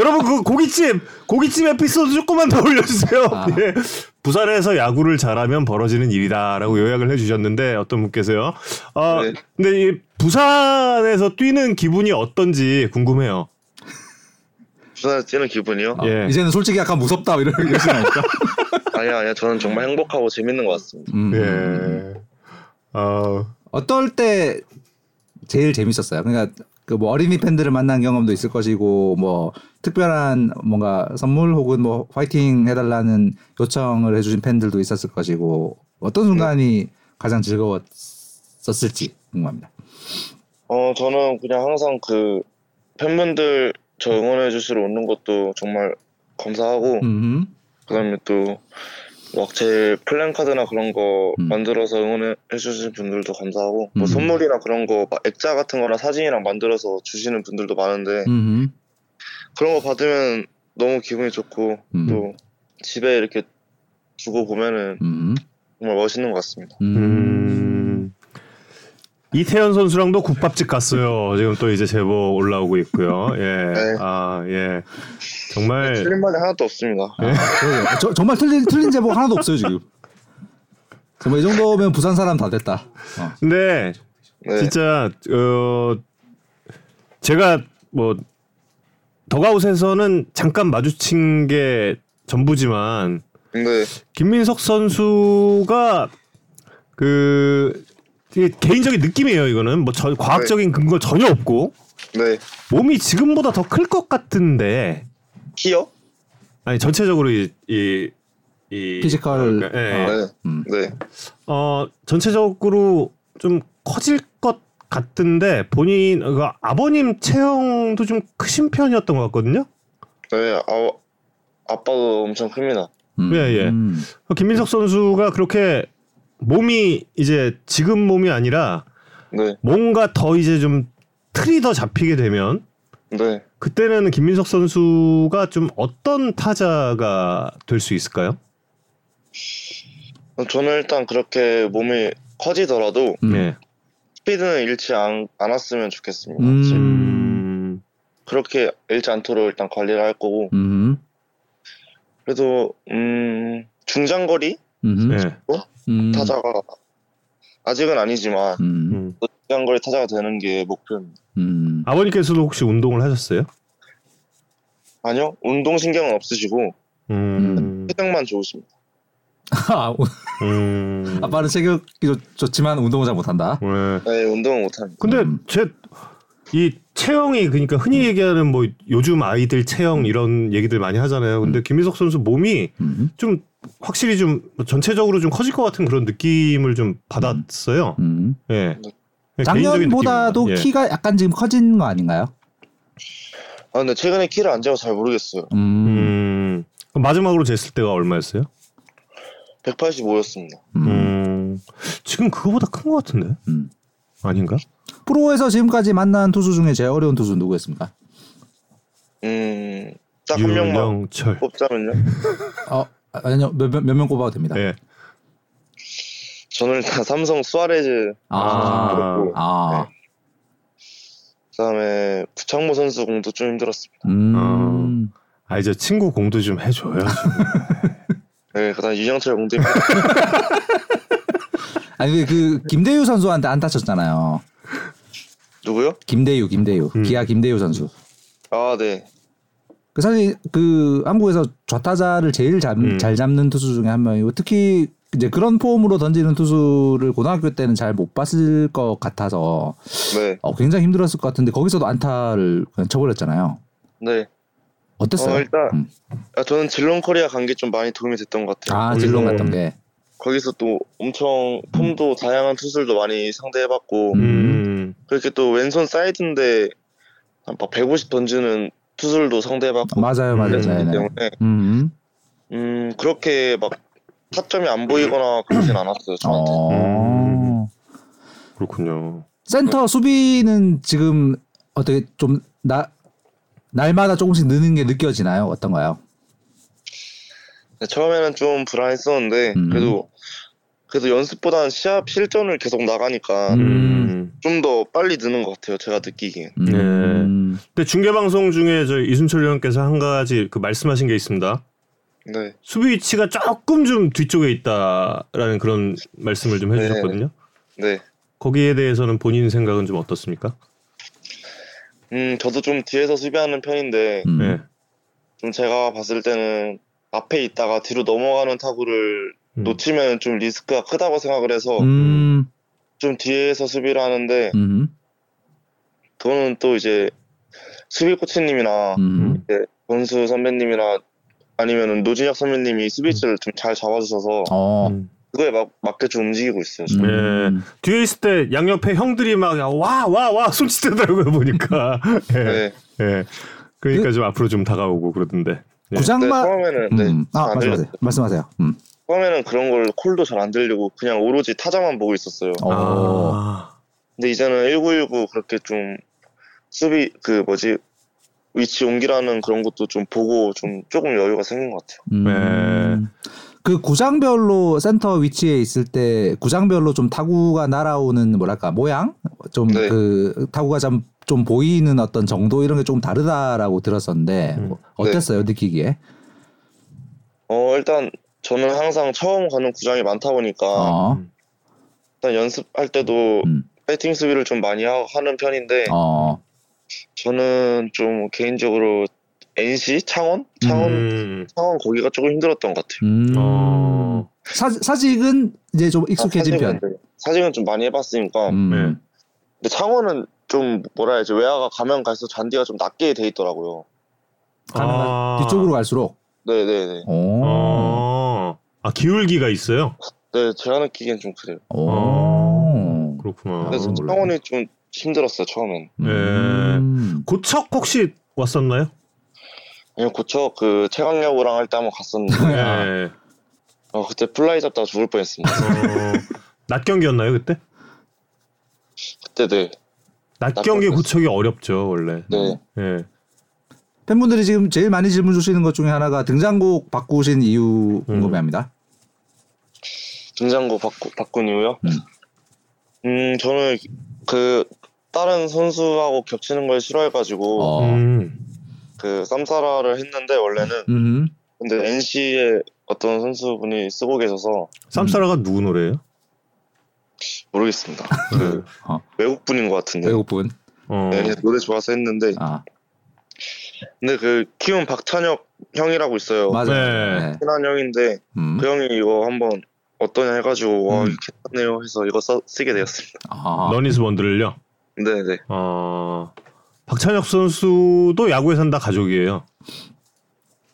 여러분 그 고깃집 고깃집 에피소드 조금만 더 올려주세요. 예. 부산에서 야구를 잘하면 벌어지는 일이다라고 요약을 해주셨는데 어떤 분께서요. 아 네. 근데 이 부산에서 뛰는 기분이 어떤지 궁금해요. 부산에서 뛰는 기분이요? 예. 아, 이제는 솔직히 약간 무섭다 이런 이러지 않을까? 아니야 아니야 저는 정말 행복하고 재밌는 것 같습니다. 음. 예. 아 어떨 때 제일 재밌었어요. 그러니까 그 뭐 어린이 팬들을 만난 경험도 있을 것이고 뭐 특별한 뭔가 선물 혹은 뭐 화이팅 해달라는 요청을 해주신 팬들도 있었을 것이고 어떤 순간이 가장 즐거웠었을지 궁금합니다. 어, 저는 그냥 항상 그 팬분들 저 응원해 주시러 오는 것도 정말 감사하고 음. 그다음에 또 막 제 플랜카드나 그런 거 음. 만들어서 응원해 주신 분들도 감사하고 음. 뭐 선물이나 그런 거막 액자 같은 거나 사진이랑 만들어서 주시는 분들도 많은데 음. 그런 거 받으면 너무 기분이 좋고 음. 또 집에 이렇게 두고 보면은 음. 정말 멋있는 것 같습니다. 음. 이태현 선수랑도 국밥집 갔어요. 지금 또 이제 제보 올라오고 있고요. 예. 네. 아, 예. 네. 정말 틀린 말이 하나도 없습니다. 그러게요. 저, 정말 틀린 틀린 제보 하나도 없어요 지금. 정말 이 정도면 부산 사람 다 됐다. 어. 근데 네. 진짜 어 제가 뭐 더가웃에서는 잠깐 마주친 게 전부지만 근데 김민석 선수가 그 되게 개인적인 느낌이에요. 이거는 뭐 저, 과학적인 근거 전혀 없고 네 몸이 지금보다 더 클 것 같은데 키요? 아니 전체적으로 이, 이, 이 피지컬. 그러니까, 예, 예. 네. 음. 네. 어 전체적으로 좀 커질 것 같은데 본인 그 아버님 체형도 좀 크신 편이었던 것 같거든요. 네, 아, 아빠도 엄청 큽니다. 음. 예, 예. 음. 김민석 선수가 그렇게 몸이 이제 지금 몸이 아니라 네, 뭔가 더 이제 좀 틀이 더 잡히게 되면 네. 그때는 김민석 선수가 좀 어떤 타자가 될 수 있을까요? 저는 일단 그렇게 몸이 커지더라도 음. 예. 스피드는 잃지 않, 않았으면 좋겠습니다. 음. 지금 음. 그렇게 잃지 않도록 일단 관리를 할 거고 음. 그래도 음, 중장거리 음. 예. 음. 타자가 아직은 아니지만 음. 음. 중장거리 타자가 되는 게 목표입니다. 음. 아버님께서도 혹시 운동을 하셨어요? 아니요, 운동 신경은 없으시고 음. 체력만 좋으십니다. 아, 음. *laughs* 아빠는 체격이 좋- 좋지만 운동을 잘 못한다. 예. 네, 운동은 못합니다. 그- 근데 음. 제 이 체형이 그러니까 흔히 얘기하는 뭐 요즘 아이들 체형 이런 얘기들 많이 하잖아요. 근데 김민석 선수 몸이 음. 좀 확실히 좀뭐 전체적으로 좀 커질 것 같은 그런 느낌을 좀 받았어요. 음. 예. 네. 예, 개인적인 작년보다도 느낌입니다. 예. 키가 약간 지금 커진 거 아닌가요? 아, 근데 최근에 키를 안 재고 잘 모르겠어요. 음. 음. 그럼 마지막으로 쟀을 때가 얼마였어요? 185였습니다. 음. 음. 지금 그거보다 큰 것 같은데? 음. 아닌가? 프로에서 지금까지 만난 투수 중에 제일 어려운 투수 는 누구였습니까? 음, 딱 한 명만 유영철. 뽑자면요. 어, 아니요. 몇명 몇명 꼽아도 됩니다. 예. 저는 일단 삼성 수아레즈 아. 그렇고 아. 그다음에 부창모 선수 공도 좀 힘들었습니다. 네. 음. 아 이제 친구 공도 좀 해줘요. 네, 그다음 에 유정철 공도 힘들- 아니 그 김대유 선수한테 안 다쳤잖아요. *laughs* 누구요? 김대유, 김대유. 기아 김대유 선수. 아 네, 그 사실 그 한국에서 좌타자를 제일 잡, 잘 잡는 투수 중에 한 명이고 특히 이제 그런 폼으로 던지는 투수를 고등학교 때는 잘 못 봤을 것 같아서 네, 어, 굉장히 힘들었을 것 같은데 거기서도 안타를 그냥 쳐버렸잖아요. 네. 어땠어요? 어, 일단 음. 아, 저는 질론 코리아 간 게 좀 많이 도움이 됐던 것 같아요. 아 거기서- 질론 같던 게. 거기서 또 엄청 폼도 다양한 투수들도 많이 상대해봤고 음. 음. 음. 그렇게 또 왼손 사이드인데 막 150 던지는 투술도 상대받고 맞아요, 맞아요. 음. 네, 그랬기 네. 때문에 음. 음 그렇게 막 타점이 안 보이거나 그러진 않았어요 저한테. 어. 그렇군요. 어. 센터 수비는 지금 어떻게 좀 나 날마다 조금씩 느는 게 느껴지나요? 어떤가요? 네, 처음에는 좀 불안했었는데 음. 그래도 그래도 연습보다는 시합 실전을 계속 나가니까 음. 음. 좀 더 빨리 느는 것 같아요 제가 느끼기엔. 음. 네. 근데 중계 방송 중에 저 이순철 위원께서 한 가지 그 말씀하신 게 있습니다. 네. 수비 위치가 조금 좀 뒤쪽에 있다라는 그런 말씀을 좀 해주셨거든요. 네. 거기에 대해서는 본인 생각은 좀 어떻습니까? 음 저도 좀 뒤에서 수비하는 편인데 음. 네. 좀 제가 봤을 때는 앞에 있다가 뒤로 넘어가는 타구를 음. 놓치면 좀 리스크가 크다고 생각을 해서 음. 좀 뒤에서 수비를 하는데 음. 그거는 또 이제 수비 코치님이나 음. 권수 선배님이나 아니면은 노진혁 선배님이 수비치를 좀 잘 잡아주셔서 어. 음. 그거에 막, 맞게 좀 움직이고 있어요. 지금. 네. 음. 뒤에 있을 때 양옆에 형들이 막 와 와 와 손짓대더라고요 보니까. 예. 네. 네, 예. 그러니까 좀 앞으로 좀 다가오고 그러던데. 예. 구장마 처음에는 네, 음. 잘 아 안 말씀하세요. 들렸어요. 말씀하세요. 음. 처음에는 그런 걸 콜도 잘 안 들리고 그냥 오로지 타자만 보고 있었어요. 어. 아. 근데 이제는 1919 그렇게 좀 수비 그 뭐지 위치 옮기라는 그런 것도 좀 보고 좀 조금 여유가 생긴 것 같아요. 음. 네. 그 구장별로 센터 위치에 있을 때 구장별로 좀 타구가 날아오는 뭐랄까 모양 네. 좀 그 타구가 좀, 좀 보이는 어떤 정도 이런 게 조금 다르다라고 들었었는데 음. 뭐 어땠어요 네. 느끼기에? 어 일단 저는 항상 처음 가는 구장이 많다 보니까 어. 일단 연습할 때도 음. 배팅 수비를 좀 많이 하- 하는 편인데 어. 저는 좀 개인적으로 NC 창원 창원 음. 창원 거기가 조금 힘들었던 것 같아요. 음. 어. 사, 사직은 이제 좀 익숙해진 아, 편. 사직은 네. 사직은 좀 많이 해봤으니까 음. 네. 근데 창원은 좀 뭐라 해야지 외야가 가면 갈수록 잔디가 좀 낮게 돼 있더라고요. 가능한- 아. 뒤쪽으로 갈수록. 네네네. 오. 아. 어. 아 기울기가 있어요. 네 제가 느끼기엔 좀 그래요. 오. 어. 그렇구나. 네. 그래서 아, 몰라요. 창원이 좀 힘들었어요 처음엔. 네. 음. 고척 혹시 왔었나요? 아니면 고쳐 그 최강야구랑 할 때 한번 갔었는데 *laughs* 아. 예. 어, 그때 플라이 잡다가 죽을 뻔했습니다. 어, 낮 경기였나요 그때? 그때 네. 낮 낮 경기 경기였어요. 고척이 어렵죠 원래. 네. 예. 팬분들이 지금 제일 많이 질문 주시는 것 중에 하나가 등장곡 바꾸신 이유 음. 궁금해합니다. 등장고 바꾸, 바꾼 이유요? 음. 음, 저는 그 다른 선수하고 겹치는 걸 싫어해가지고 어. 음. 그 쌈싸라를 했는데 원래는 음. 근데 NC의 어떤 선수분이 쓰고 계셔서 쌈싸라가 누구 노래예요? 모르겠습니다. 네. 외국 분인 것 같은데. 외국분. 어. 그 네, 그래서 노래 좋아서 했는데 아 근데 그 키운 박찬혁 형이라고 있어요. 맞아요. 네. 네. 친한 형인데 음. 그 형이 이거 한번 어떠냐 해가지고 와 음. 이렇게 했네요 해서 이거 써, 쓰게 되었습니다. *laughs* 아. 러니스 원들을요. 네네. 어. 박찬혁 선수도 야구에선 다 가족이에요.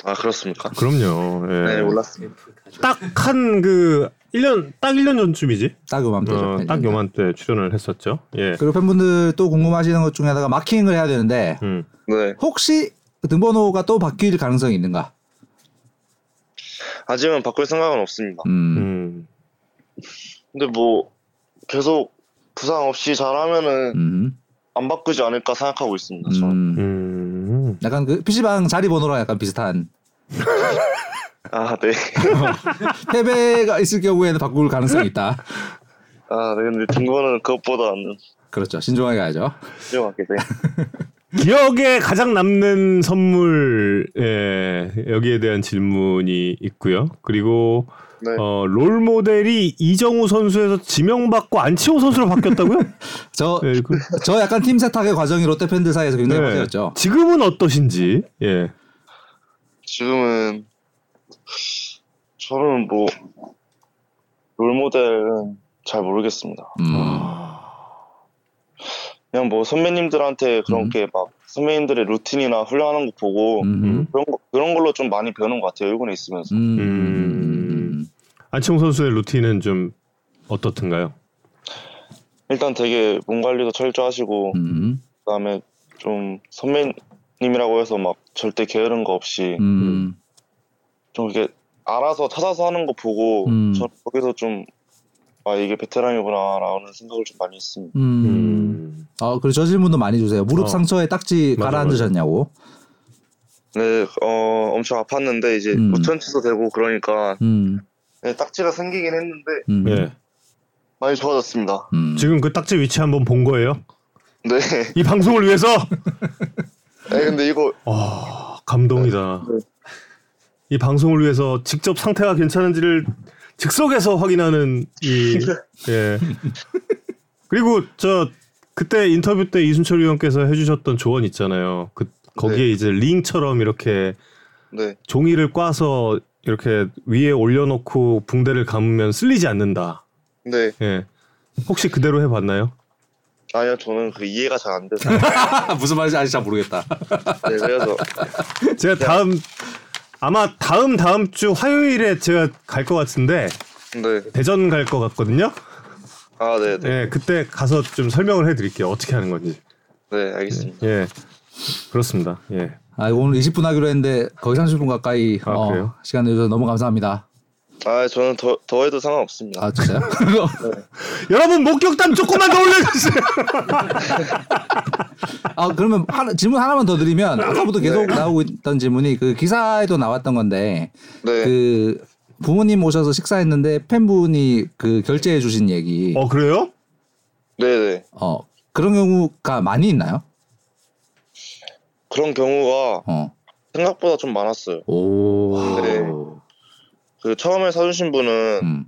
아 그렇습니까? 그럼요. 예. 네 몰랐습니다. 딱 한 그 1년 딱 1년 전쯤이지. 딱 요맘때죠. 네, 어, 딱 요맘때 출연을 했었죠. 예. 그리고 팬분들 또 궁금하시는 것 중에 하나가 마킹을 해야 되는데 음. 네 혹시 등번호가 또 바뀔 가능성이 있는가? 아직은 바꿀 생각은 없습니다. 음. 음. 근데 뭐 계속 부상 없이 잘하면은 음. 안 바꾸지 않을까 생각하고 있습니다. 저는. 음. 음. 약간 그 PC방 자리 번호랑 약간 비슷한 아 네. 패배가 있을 경우에는 바꿀 가능성이 있다. 아 네, 근데 등번호는 그것보다는 그렇죠. 신중하게 가야죠. 필요하게 네. 돼. 기억에 가장 남는 선물 예, 여기에 대한 질문이 있고요. 그리고 네. 어, 롤 모델이 이정우 선수에서 지명받고 안치호 선수로 바뀌었다고요? 저 예, 그- 저 약간 팀 세탁의 과정이 롯데 팬들 사이에서 굉장히 네. 화제였죠. 지금은 어떠신지? 예. 지금은 저는 뭐 롤모델은 잘 모르겠습니다. 음. 그냥 뭐 선배님들한테 음. 그런 게 막 선배님들의 루틴이나 훈련하는 거 보고 음. 그런 거, 그런 걸로 좀 많이 배우는 것 같아요. 일본에 있으면서. 음. 음. 안치홍 선수의 루틴은 좀 어떻든가요? 일단 되게 몸 관리도 철저하시고 음, 그다음에 좀 선배님이라고 해서 막 절대 게으른 거 없이 음, 좀 이렇게 알아서 찾아서 하는 거 보고 음. 저 거기서 좀 아 이게 베테랑이구나라는 생각을 좀 많이 했습니다. 음. 음. 어, 그리고 저 질문도 많이 주세요. 무릎 어. 상처에 딱지 맞아, 가라앉으셨냐고. 네, 어 엄청 아팠는데 이제 음. 우천치도 되고 그러니까 음, 네, 딱지가 생기긴 했는데 음, 예. 많이 좋아졌습니다. 음. 지금 그 딱지 위치 한번 본 거예요? 네, *laughs* 이 방송을 위해서? 아니, 근데 이거 와 감동이다. 네. 이 방송을 위해서 직접 상태가 괜찮은지를 즉석에서 확인하는 *laughs* 이 예. 그리고 저 그때 인터뷰 때 이순철 의원께서 해주셨던 조언 있잖아요. 그 거기에 네. 이제 링처럼 이렇게 네, 종이를 꽈서 이렇게 위에 올려놓고 붕대를 감으면 쓸리지 않는다. 네 예. 혹시 그대로 해봤나요? 아니요 저는 그 이해가 잘 안 돼서 *laughs* 무슨 말인지 아직 잘 모르겠다. 네, 그래서 제가 네. 다음 아마 다음 다음 주 화요일에 제가 갈 것 같은데 네, 대전 갈 것 같거든요. 아 네, 네, 예, 그때 가서 좀 설명을 해드릴게요. 어떻게 하는 건지. 네 알겠습니다. 예, 그렇습니다. 예, 아, 오늘 20분 하기로 했는데 거의 30분 가까이 아, 어, 그래요? 시간 내줘서 너무 감사합니다. 아 저는 더 더해도 상관없습니다. 네. 아, 진짜요? *laughs* 여러분 목격담 조금만 더 올려주세요. 아, 그러면 하나, 질문 하나만 더 드리면 아까부터 네. 계속 나오고 있던 질문이 그 기사에도 나왔던 건데 네, 그 부모님 오셔서 식사했는데 팬분이 그 결제해 주신 얘기 어. 어 그래요? 네, 네 그런 경우가 많이 있나요? 그런 경우가 어. 생각보다 좀 많았어요. 오. 네. 그 처음에 사주신 분은 음.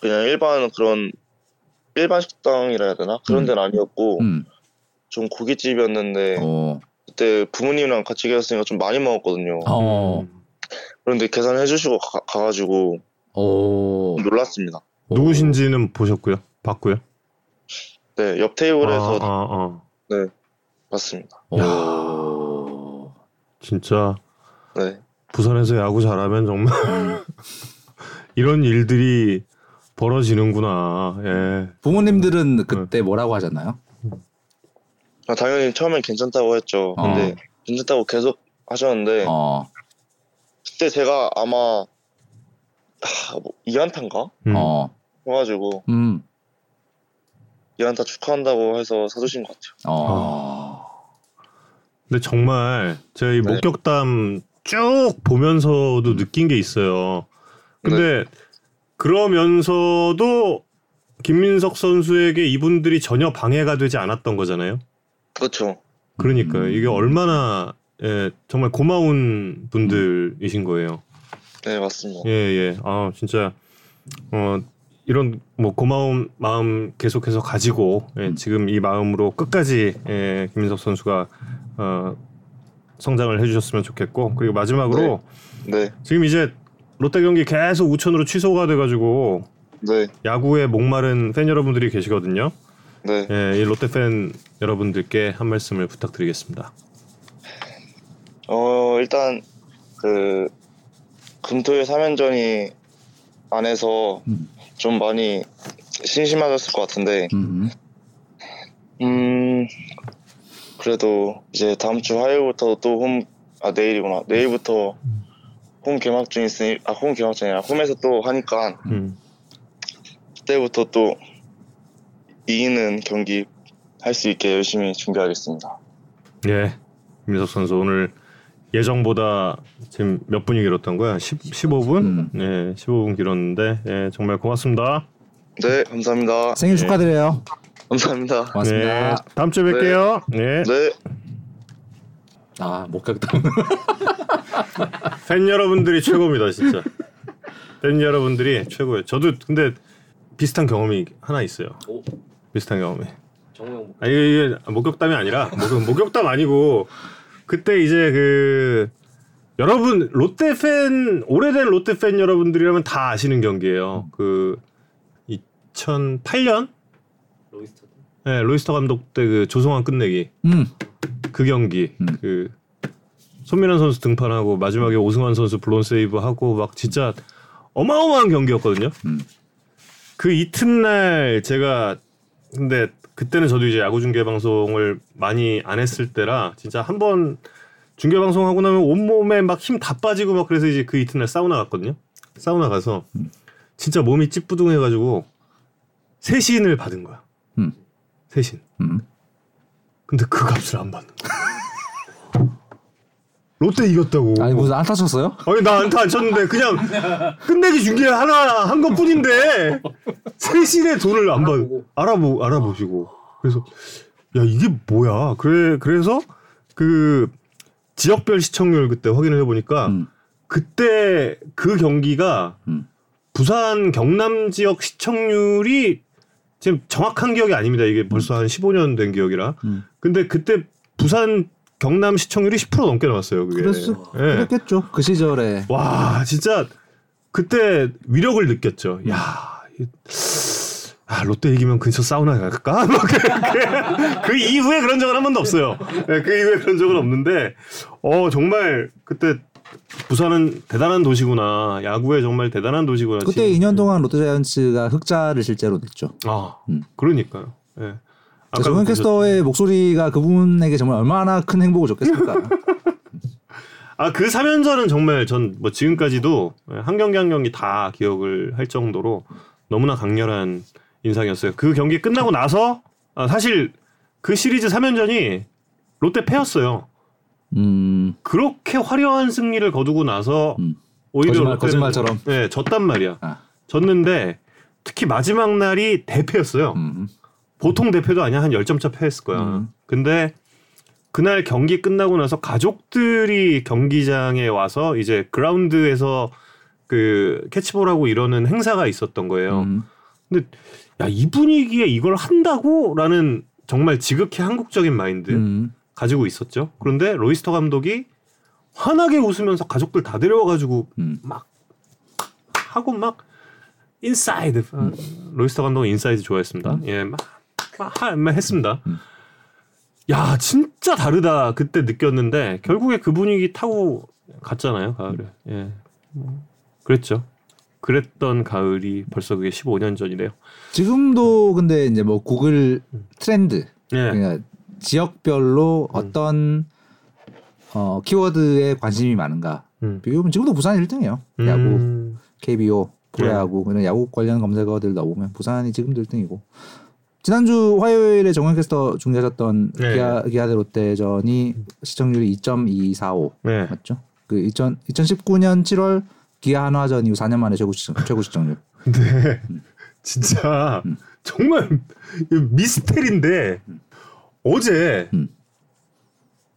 그냥 일반 그런 일반 식당이라 해야 되나 그런 데는 아니었고 음. 좀 고깃집이었는데 어. 그때 부모님이랑 같이 계셨으니까 좀 많이 먹었거든요. 어. 음. 그런데 계산해 주시고 가, 가지고 오. 놀랐습니다. 누구신지는 보셨고요, 봤고요. 네, 옆 테이블에서 아, 아, 아. 봤습니다. 오. 진짜 네, 부산에서 야구 잘하면 정말 음. *laughs* 이런 일들이 벌어지는구나. 예. 부모님들은 그때 뭐라고 하셨나요? 아, 당연히 처음엔 괜찮다고 했죠. 아. 근데 괜찮다고 계속 하셨는데 어. 그때 제가 아마 하, 뭐, 이안타인가 음. 어. 해가지고 음. 이안타 축하한다고 해서 사주신 것 같아요. 어. 근데 정말 제가 이 네. 목격담 쭉 보면서도 느낀 게 있어요. 근데 그러면서도 김민석 선수에게 이분들이 전혀 방해가 되지 않았던 거잖아요. 그렇죠. 그러니까 음. 이게 얼마나 예, 정말 고마운 분들이신 거예요. 네, 맞습니다. 예, 예. 아, 진짜 어 이런 뭐 고마운 마음 계속해서 가지고 예, 지금 이 마음으로 끝까지 예, 김민석 선수가 어 성장을 해 주셨으면 좋겠고 그리고 마지막으로 네, 지금 이제 롯데 경기 계속 우천으로 취소가 돼 가지고 네, 야구에 목마른 팬 여러분들이 계시거든요. 네. 예, 이 롯데 팬 여러분들께 한 말씀을 부탁드리겠습니다. 어 일단 그 금토일 3연전이 안에서 음. 좀 많이 심심하셨을 것 같은데 음. 음 그래도 이제 다음 주 화요일부터 또 홈 아 내일이구나 내일부터 홈 개막전 있으니 아 홈 개막전이 아니라 홈에서 또 하니까 음. 그때부터 또 이기는 경기 할 수 있게 열심히 준비하겠습니다. 예. 김민석 선수 오늘 예정보다 지금 몇 분이 길었던 거야? 10, 15분? 음. 예, 15분 길었는데 예, 정말 고맙습니다. 네 감사합니다. 생일 축하드려요. 감사합니다. 고맙습니다. 예, 다음 주에 뵐게요. 예. 네. 아, 목격담. 팬 여러분들이 최고입니다, 진짜. 팬 여러분들이 최고예요. 저도 근데 비슷한 경험이 하나 있어요. 오. 비슷한 경험이. 정우영 목- 아 이게, 이게 목격담이 아니라 목격, 목격담 아니고 그때 이제 그 여러분 롯데 팬 오래된 롯데 팬 여러분들이라면 다 아시는 경기예요. 그 2008년 로이스터 네, 로이스터 감독 때 그 조성환 끝내기 음. 그 경기 음. 그 손민환 선수 등판하고 마지막에 오승환 선수 블론 세이브 하고 막 진짜 어마어마한 경기였거든요. 음. 그 이튿날 제가 근데 그때는 저도 이제 야구 중계 방송을 많이 안 했을 때라 진짜 한 번 중계 방송 하고 나면 온 몸에 막 힘 다 빠지고 막 그래서 이제 그 이튿날 사우나 갔거든요. 사우나 가서 음. 진짜 몸이 찌뿌둥해가지고 세신을 받은 거야. 음. 세신. 음. 근데 그 값을 안 받는 거야. *laughs* 롯데 이겼다고. 아니 무슨 안타 쳤어요? 아니 나 안타 안 쳤는데 그냥 끝내기 중계 하나 한 것뿐인데 세신의 돈을 안 받. 알아보 알아보시고 그래서 야 이게 뭐야? 그래 그래서 그 지역별 시청률 그때 확인을 해보니까 음. 그때 그 경기가 음. 부산 경남 지역 시청률이 지금 정확한 기억이 아닙니다. 이게 벌써 한 15년 된 기억이라. 음. 근데 그때 부산 경남 시청률이 10% 넘게 나왔어요. 그게. 그랬어. 예. 그랬겠죠. 그 시절에 와 진짜 그때 위력을 느꼈죠. 야. 이- 아, 롯데 이기면 근처 사우나 갈까? *laughs* 막 그, 그- 그 이후에 그런 적은 한 번도 없어요. 네, 그 이후에 그런 적은 없는데, 어, 정말 그때 부산은 대단한 도시구나. 야구에 정말 대단한 도시구나. 그때 지금. 2년 동안 롯데자이언츠가 흑자를 실제로 냈죠. 아, 음. 그러니까요. 예. 아까도 예. 정현 그러셨- 캐스터의 목소리가 그분에게 정말 얼마나 큰 행복을 *laughs* 줬겠습니까? 아, 그 3연전은 정말 전 뭐 지금까지도 한 경기 한 경기 다 기억을 할 정도로 너무나 강렬한 인상이었어요. 그 경기 끝나고 나서 아, 사실 그 시리즈 3연전이 롯데 패였어요. 음, 그렇게 화려한 승리를 거두고 나서 음. 오히려 거짓말, 롯데는- 거짓말처럼. 네, 졌단 말이야. 아. 졌는데 특히 마지막 날이 대패였어요. 음, 보통 대표도 아니야 한 10점 차 패했을 거야. 음. 근데 그날 경기 끝나고 나서 가족들이 경기장에 와서 이제 그라운드에서 그 캐치볼하고 이러는 행사가 있었던 거예요. 음. 야 이 분위기에 이걸 한다고라는 정말 지극히 한국적인 마인드 음. 가지고 있었죠. 그런데 로이스터 감독이 환하게 웃으면서 가족들 다 데려와가지고 음. 막 하고 막 인사이드 아, 로이스터 감독은 인사이드 좋아했습니다. 예막 막, 하- 막 했습니다. 음. 야 진짜 다르다 그때 느꼈는데 결국에 그 분위기 타고 갔잖아요 가을에. 예 뭐, 그랬죠. 그랬던 가을이 벌써 그게 15년 전이네요. 지금도 근데 이제 뭐 구글 트렌드 예. 음. 그러니까 지역별로 어떤 어, 키워드에 관심이 많은가 음. 비교하면 지금도 부산 1등이에요. 야구, 음, KBO, 프로야구 이런 야구 관련 검색어들 나오면 부산이 지금도 1등이고 지난주 화요일에 정현 캐스터 중계하셨던 네. 기아, 기아대 롯데전이 시청률이 2.245 네. 맞죠? 그 2000, 2019년 7월 기아 한화전 이후 4년 만에 최고 시청 최고 시청률. 근데 네. 진짜 정말 미스테리인데 어제 음.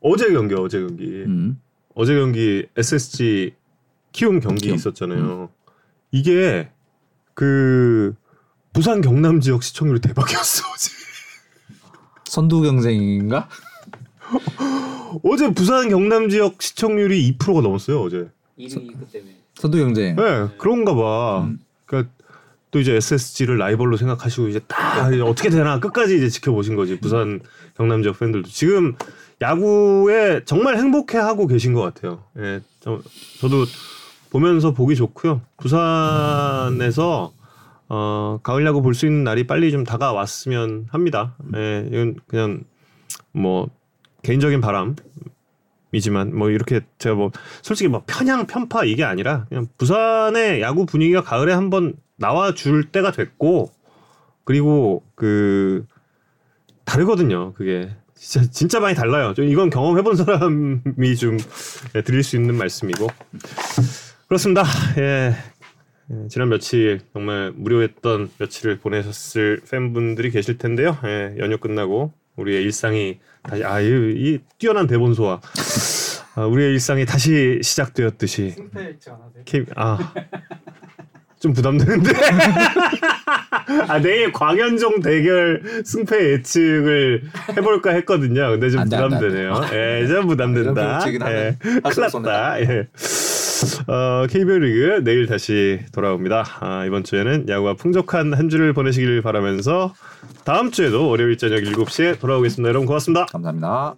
어제 경기 어제 경기 음. 어제 경기 SSG 키움 경기 키움. 음. 있었잖아요. 이게 그 부산 경남 지역 시청률이 대박이었어 어제. 선두 경쟁인가? 어제 부산 경남 지역 시청률이 2%가 넘었어요 어제. 이름이 그 때문에 선두 경쟁. 네, 그런가 봐. 그러니까 또 이제 SSG를 라이벌로 생각하시고 이제 딱 이제 어떻게 되나 끝까지 이제 지켜보신 거지 부산 경남 지역 팬들도 지금 야구에 정말 행복해하고 계신 것 같아요. 예, 저, 저도 보면서 보기 좋고요. 부산에서 어, 가을 야구 볼 수 있는 날이 빨리 좀 다가왔으면 합니다. 예, 이건 그냥 뭐 개인적인 바람 이지만 뭐 이렇게 제가 뭐 솔직히 뭐 편향 편파 이게 아니라 그냥 부산의 야구 분위기가 가을에 한번 나와 줄 때가 됐고 그리고 그 다르거든요 그게 진짜 진짜 많이 달라요 좀 이건 경험해본 사람이 좀 예, 드릴 수 있는 말씀이고 그렇습니다 예. 예, 지난 며칠 정말 무료했던 며칠을 보내셨을 팬분들이 계실 텐데요. 예, 연휴 끝나고 우리의 일상이 다시 아이 이 뛰어난 대본 소화 아, 우리의 일상이 다시 시작되었듯이 승패 잃지 않아도 아좀 부담되는데 *laughs* 아 내일 광현종 대결 승패 예측을 해볼까 했거든요. 근데 좀 안 돼, 안 돼, 안 돼. 부담되네요. 예, 좀 부담된다. 이런 예측은 예, 하면 할수 없었네. 큰일났다. 예. 어, KBO 리그 내일 다시 돌아옵니다. 아, 이번 주에는 야구가 풍족한 한 주를 보내시길 바라면서 다음 주에도 월요일 저녁 7시에 돌아오겠습니다. 여러분 고맙습니다. 감사합니다.